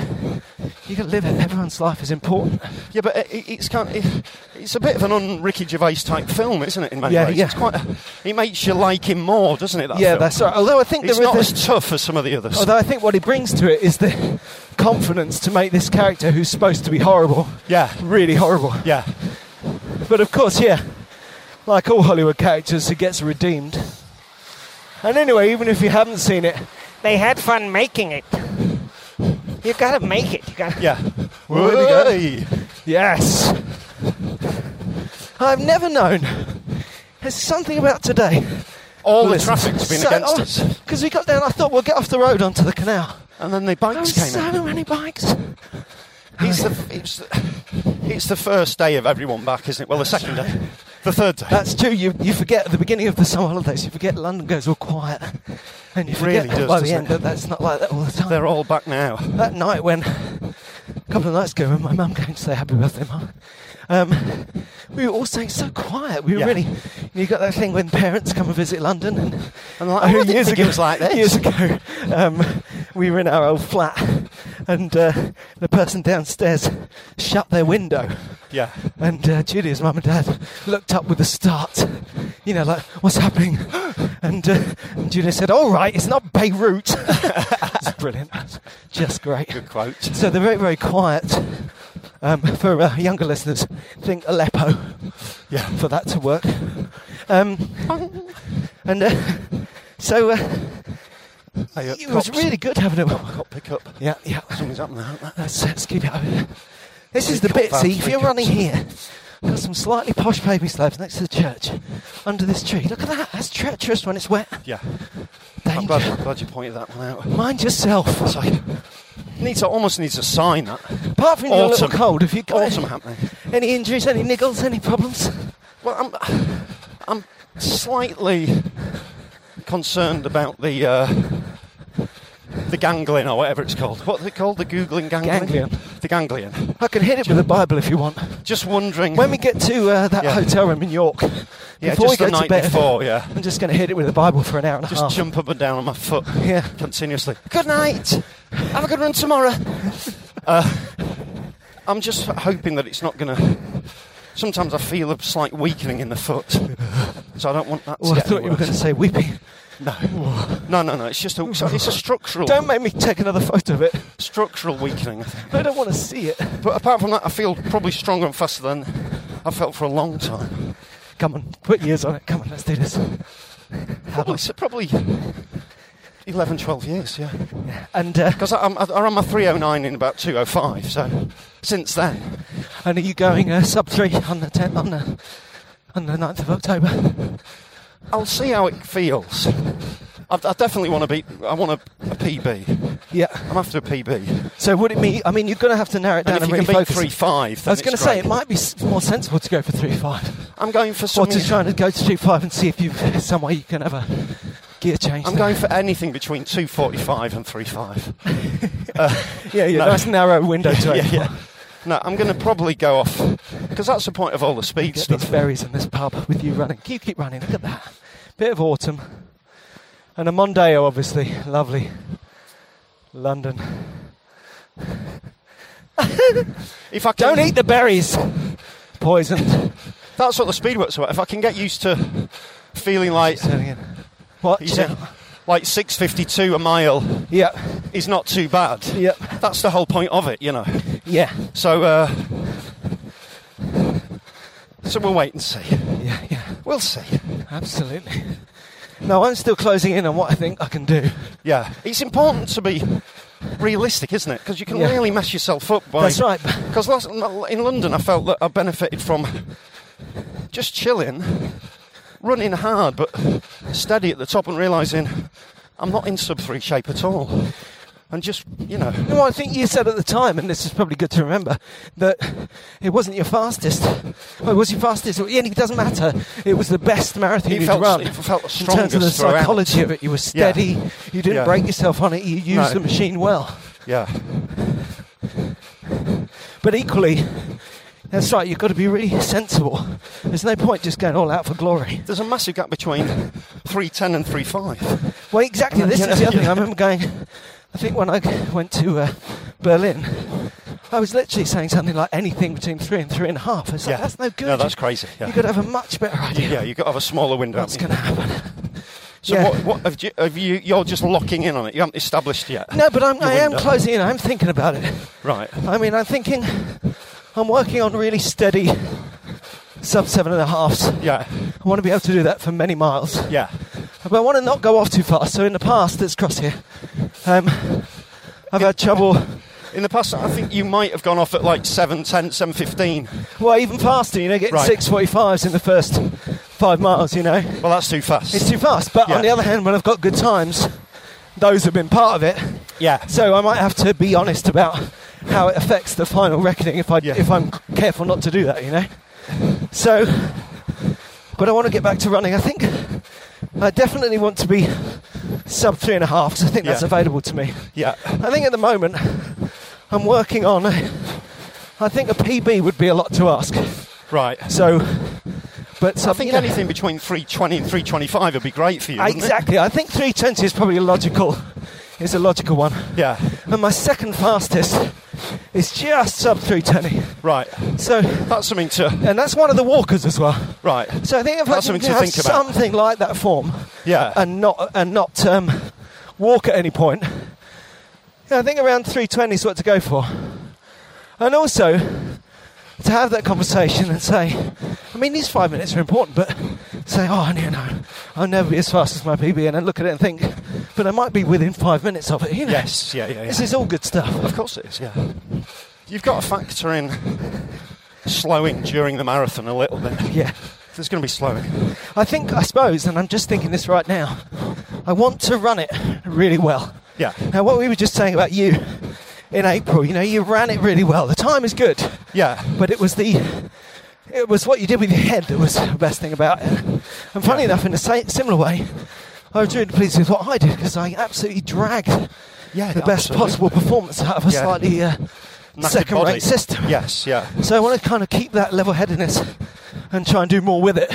you can live it. Everyone's life is important. Yeah, but it, it- it's kind of, it, it's a bit of an un-Ricky Gervais type film, isn't it, in many Yeah, ways? yeah. It's quite a- it makes you like him more, doesn't it, that yeah, film? that's right. Although I think It's there not is Oh, as tough as some of the others. although I think what he brings to it is the confidence to make this character who's supposed to be horrible, yeah, really horrible. yeah. But of course, yeah, like all Hollywood characters, he gets redeemed. And anyway, even if you haven't seen it, They had fun making it. You gotta make it. You gotta. Yeah. Well, there Whey! Yes. I've never known. There's something about today. All the traffic's been against us. Because we got down, I thought we'll get off the road onto the canal. And then the There were bikes came so in. many bikes. It's the, it's, the, it's the first day of everyone back, isn't it? Well, the second day. The third day. That's true. You, you forget at the beginning of the summer holidays, you forget London goes all quiet. And you It really forget does, by the doesn't end it? that that's not like that all the time. They're all back now. that night when a couple of nights ago when my mum came to say happy birthday mum um, we were all saying so quiet we were Yeah. really you, know, you got that thing when parents come and visit london and, And like, oh, I didn't think it was like this. years ago um, we were in our old flat and uh, the person downstairs shut their window Yeah. and uh, Julia's mum and dad looked up with a start, you know, like, what's happening? And, uh, and Julia said, all right, it's not Beirut. it's brilliant. Just great. Good quote. So they're very, very quiet. Um, for uh, younger listeners, think Aleppo Yeah. for that to work. Um, and uh, so uh, Hey, it was really good having it. Got pick up. Yeah, yeah. Something's happening, hasn't there? Let's, let's keep it open. Uh, This is the Three bit, cups, see, if three you're running cups. here, got some slightly posh paving slabs next to the church, under this tree. Look at that, that's treacherous when it's wet. Yeah. I'm glad, Danger. I'm glad you pointed that one out. Mind yourself. It's like, needs to, almost needs a sign that. Apart from your little Autumn. cold, have you got Autumn any, happening. any injuries, any niggles, any problems? Well, I'm, I'm slightly concerned about the uh, the ganglion or whatever it's called. What's it called? The googling ganglion. Ganglion. The ganglion. I can hit it with a Bible if you want. Just wondering. When we get to uh, that Yeah. hotel room in York, yeah, before just we the go to night bed, Oh. before. Yeah. I'm just going to hit it with a Bible for an hour and a Just half. jump up and down on my foot Yeah. continuously. Good night. Have a good run tomorrow. uh, I'm just hoping that it's not going to. Sometimes I feel a slight weakening in the foot, so I don't want that. Oh, to I get thought any you were worse. going to say weeping. No, no, no, no. It's just a, it's a structural. Don't make me take another photo of it. structural weakening. I think. I don't want to see it. But apart from that, I feel probably stronger and faster than I felt for a long time. Come on, put years on it. Come on, let's do this. Probably, so probably 11, 12 years, yeah. And uh, Because I, I'm- I ran my 309 in about 205, so since then. and are you going uh, sub three on the ten, on the on the 9th of October? I'll see how it feels. I, I definitely want to be. I want a, a PB. Yeah. I'm after a PB. So would it be? I mean, you're going to have to narrow it down And and, if you can really beat focus. three five, I was going to say it might be s- more sensible to go for three five, I'm going for some. or to try and go to three five and see if you some way you can have a gear change. I'm there. going for anything between 245 and 35. Yeah, yeah, no. nice narrow window to aim yeah, for. yeah. No, I'm going to probably go off because that's the point of all the speed Get stuff. these berries in this pub with you running. You keep running. Look at that. Bit of autumn, and a Mondeo, obviously. Lovely, London. If I can, Don't eat the berries. Poisoned. That's what the speed works about. If I can get used to feeling like Turning in. What? you know, like 652 a mile Yeah. is not too bad. Yeah. That's the whole point of it, you know. Yeah. So, uh, so we'll wait and see. Yeah. Yeah. We'll see. Absolutely. No, I'm still closing in on what I think I can do. Yeah, it's important to be realistic, isn't it? Because you can Yeah. really mess yourself up by. That's right. Because last in London, I felt that I benefited from just chilling, running hard but steady at the top, and realizing I'm not in sub three shape at all, and just you know. No, I think you said at the time, and this is probably good to remember, that it wasn't your fastest. Well, it was your fastest. Yeah, and it doesn't matter. It was the best marathon It you'd felt- run. it felt the in terms of the strongest throughout. psychology of it, you were steady. You didn't Yeah. break yourself on it. You used No. the machine well. Yeah, But equally, that's right. You've got to be really sensible. There's no point just going all out for glory. there's a massive gap between three ten and three five. Well, exactly. This Yeah. is the other thing. I remember going. I think when I g- went to uh, Berlin, I was literally saying something like anything between three and three and a half. It's like, Yeah. that's no good. No, that's crazy. Yeah. You've got to have a much better idea. Yeah, you've got to have a smaller window. What's haven't you? going to happen? So yeah. what, what have you, have you? You're just locking in on it. You haven't established yet. No, but I'm, Your I am window. closing in. I'm thinking about it. Right. I mean, I'm thinking. I'm working on really steady sub seven and a halfs. Yeah. I want to be able to do that for many miles. Yeah. But I want to not go off too fast. So in the past, it's cross here. Um, I've had trouble. In the past, I think you might have gone off at like 7.10, 7.15. Well, even faster, you know, getting Right. 6.45s in the first five miles, you know. Well, that's too fast. It's too fast. But Yeah. on the other hand, when I've got good times, those have been part of it. yeah. So I might have to be honest about how it affects the final reckoning if, I, Yeah. if I'm careful not to do that, you know. So, but I want to get back to running. I think I definitely want to be sub three and a half 'cause I think that's Yeah. available to me. yeah. I think at the moment I'm working on. I think a PB would be a lot to ask. Right. So, but I some- think you know- anything between 3.20 and 3.25 would be great for you. wouldn't it? exactly. I think 320 is probably a logical. It's a logical one. Yeah. And my second fastest is just sub 320. Right. So, That's something to. and that's one of the walkers as well. Right. So I think if That's I something can to have think about. something like that form, Yeah. and not and not um, walk at any point. Yeah, I think around 320 is what to go for. And also to have that conversation and say, I mean, these five minutes are important, but say, oh, no, no, I'll never be as fast as my PB, and then look at it and think, but I might be within five minutes of it. You know, yes. Yeah. Yeah. yeah. this is all good stuff. of course it is. Yeah. You've got to factor in slowing during the marathon a little bit. Yeah, There's going to be slowing. I think I suppose, and I'm just thinking this right now. I want to run it really well. Yeah. Now, what we were just saying about you in April, you know, you ran it really well. The time is good, Yeah. but it was the it was what you did with your head that was the best thing about it. And funny enough, in a sa- similar way, I was really pleased with what I did because I absolutely dragged Yeah. the best absolutely. possible performance out of a Yeah. slightly uh, Knackered body. second-rate system. Yes. Yeah. So I want to kind of keep that level-headedness and try and do more with it.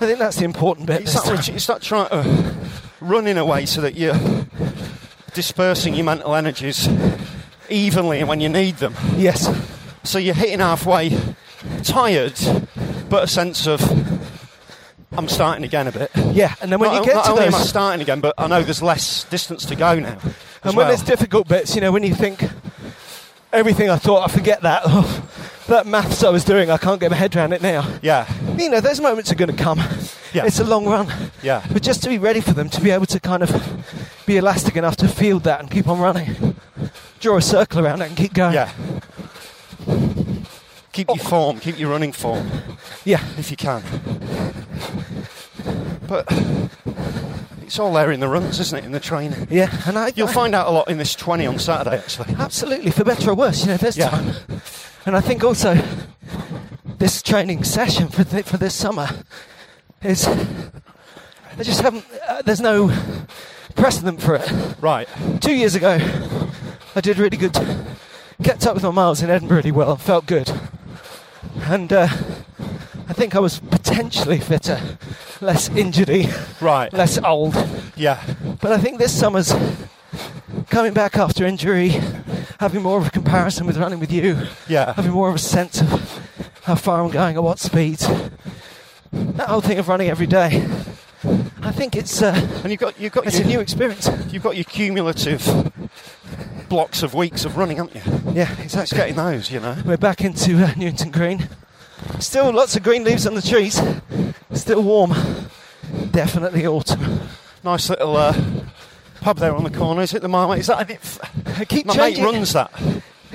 I think that's the important bit. It's this that, time. it's that trying to run in a way so that you're dispersing your mental energies evenly when you need them. Yes. So you're hitting halfway, tired, but a sense of I'm starting again a bit. Yeah, and then when not, you get not to only am I those- starting again, but I know there's less distance to go now. And when there's difficult bits, you know, when you think everything I thought, I forget that. that maths I was doing, I can't get my head around it now. yeah, You know, those moments are going to come. Yeah. It's a long run. Yeah. But just to be ready for them, to be able to kind of be elastic enough to field that and keep on running. Draw a circle around it and keep going. yeah. Keep your form, keep your running form Yeah. if you can. But it's all there in the runs, isn't it? In the training. Yeah. And I, You'll I- find out a lot in this 20 on Saturday, actually. Absolutely, for better or worse, you know, there's Yeah. time. And I think also this training session for, th- for this summer is. I just haven't. Uh, there's no precedent for it. Right. Two years ago, I did really good. Kept up with my miles in Edinburgh really well, felt good. And uh, I think I was potentially fitter, less injury, Right. less old. Yeah. But I think this summer's coming back after injury, having more of a comparison with running with you, Yeah. having more of a sense of how far I'm going at what speed. That whole thing of running every day. I think it's uh, And you've got you've got it's your, a new experience. you've got your cumulative blocks of weeks of running, haven't you? Yeah, It's exactly. getting those, you know. We're back into uh, Newington Green. Still lots of green leaves on the trees. Still warm. Definitely autumn. Nice little uh, pub there on the corner. Is it the Marmite? Is that? I think f- I keep my mate changing. runs that.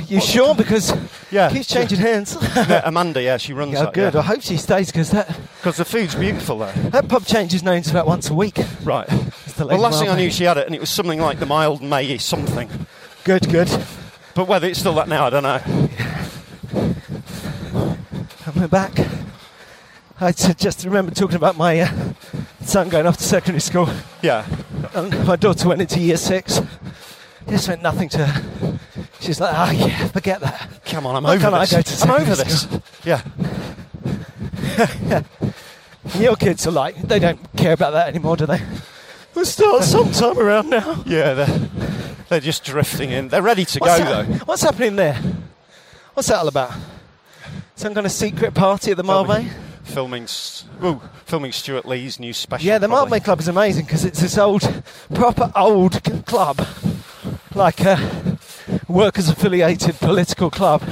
You sure? Because Yeah. keeps changing hands. Yeah, Amanda, yeah, she runs Yeah, that. good. I hope she stays because that Because the food's beautiful there. That pub changes names about once a week. Right. the Well, Lady last thing I Marmite. knew, she had it, and it was something like the mild May something. Good, good. But whether it's still that now, I don't know. And we're back. I ju- just remember talking about my uh, son going off to secondary school. Yeah. And my daughter went into year six. This meant nothing to her. She's like, ah, yeah, forget that. Come on, I'm Why over can't I this. go to I'm over secondary this. Yeah. And your kids are like, they don't care about that anymore, do they? We'll start sometime around now. Yeah, they're, they're just drifting in. They're ready to What's, go, hap- though. what's happening there? What's that all about? Some kind of secret party at the Marmite? Filming, s- ooh, filming Stuart Lee's new special. Yeah, the probably. Marmite Club is amazing because it's this old, proper old c- club, like a workers-affiliated political club.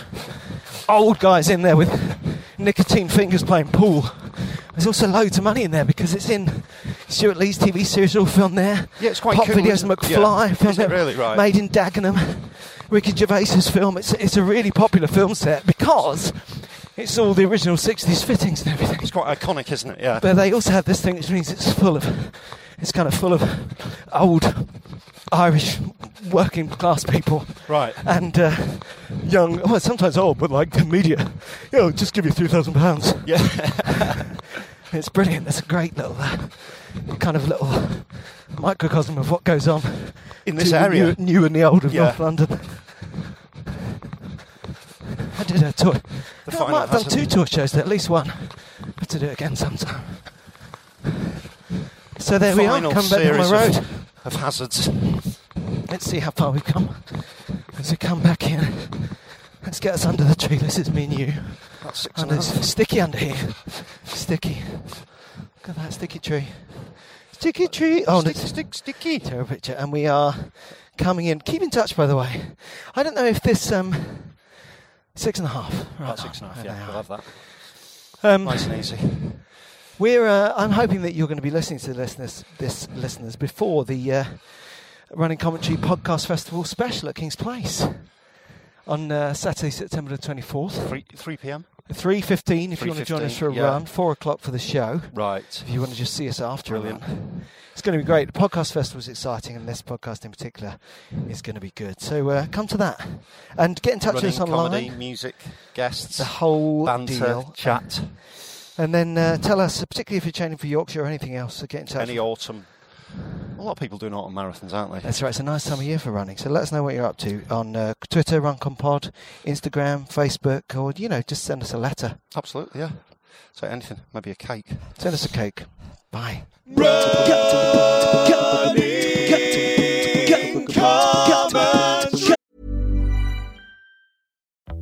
Old guys in there with nicotine fingers playing pool. There's also loads of money in there because it's in Stuart Lee's TV series, all filmed there. Yeah, it's quite Pop cool, videos, isn't it? McFly, Yeah. filmed Is it there, really? Right. Made in Dagenham, Ricky Gervais's film. It's it's a really popular film set because it's all the original '60s fittings and everything. It's quite iconic, isn't it? Yeah. But they also have this thing which means it's full of, it's kind of full of old Irish working class people Right. and uh, young, well, sometimes old, but like the media. You know, just give you £3,000. Yeah. It's brilliant. It's a great little, uh, kind of little microcosm of what goes on In this to the area. New, new and the old of Yeah. North London. I did a tour. The No, I final might have done hazard. two tour shows, there, at least one. Have to do it again sometime. So there we are, Final come back on series the of- road. Of hazards. Let's see how far we've come. As we come back in, let's get us under the tree. This is me and you. That's six And and a half. it's sticky under here. Sticky. Look at that sticky tree. Sticky tree. Oh, and stick, it's- stick, sticky. terrible picture. And we are coming in. Keep in touch, by the way. I don't know if this um six and a half. Right About six and a half, yeah. We'll have that. Um, Nice and easy. We're. Uh, I'm hoping that you're going to be listening to this this, this listeners before the uh, running commentary podcast festival special at King's Place on uh, Saturday, September the 24th, 3, 3 p.m. three fifteen. If you want to join us 3:15, for a yeah. run, four o'clock for the show. Right. If you want to just see us after, a Brilliant. run. It's going to be great. The podcast festival is exciting, and this podcast in particular is going to be good. So uh, come to that and get in touch Running, with us online. comedy, music, guests, The whole banter, deal, chat, and then uh, tell us, particularly if you're training for Yorkshire or anything else, so get in touch. any autumn. A lot of people doing autumn marathons, aren't they? That's right. It's a nice time of year for running. So let us know what you're up to on uh, Twitter, RunConPod, Instagram, Facebook, or you know, just send us a letter, Absolutely, yeah. So anything, maybe a cake. send us a cake. Bye.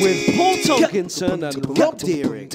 With Paul Tonkinson and Rob Deering.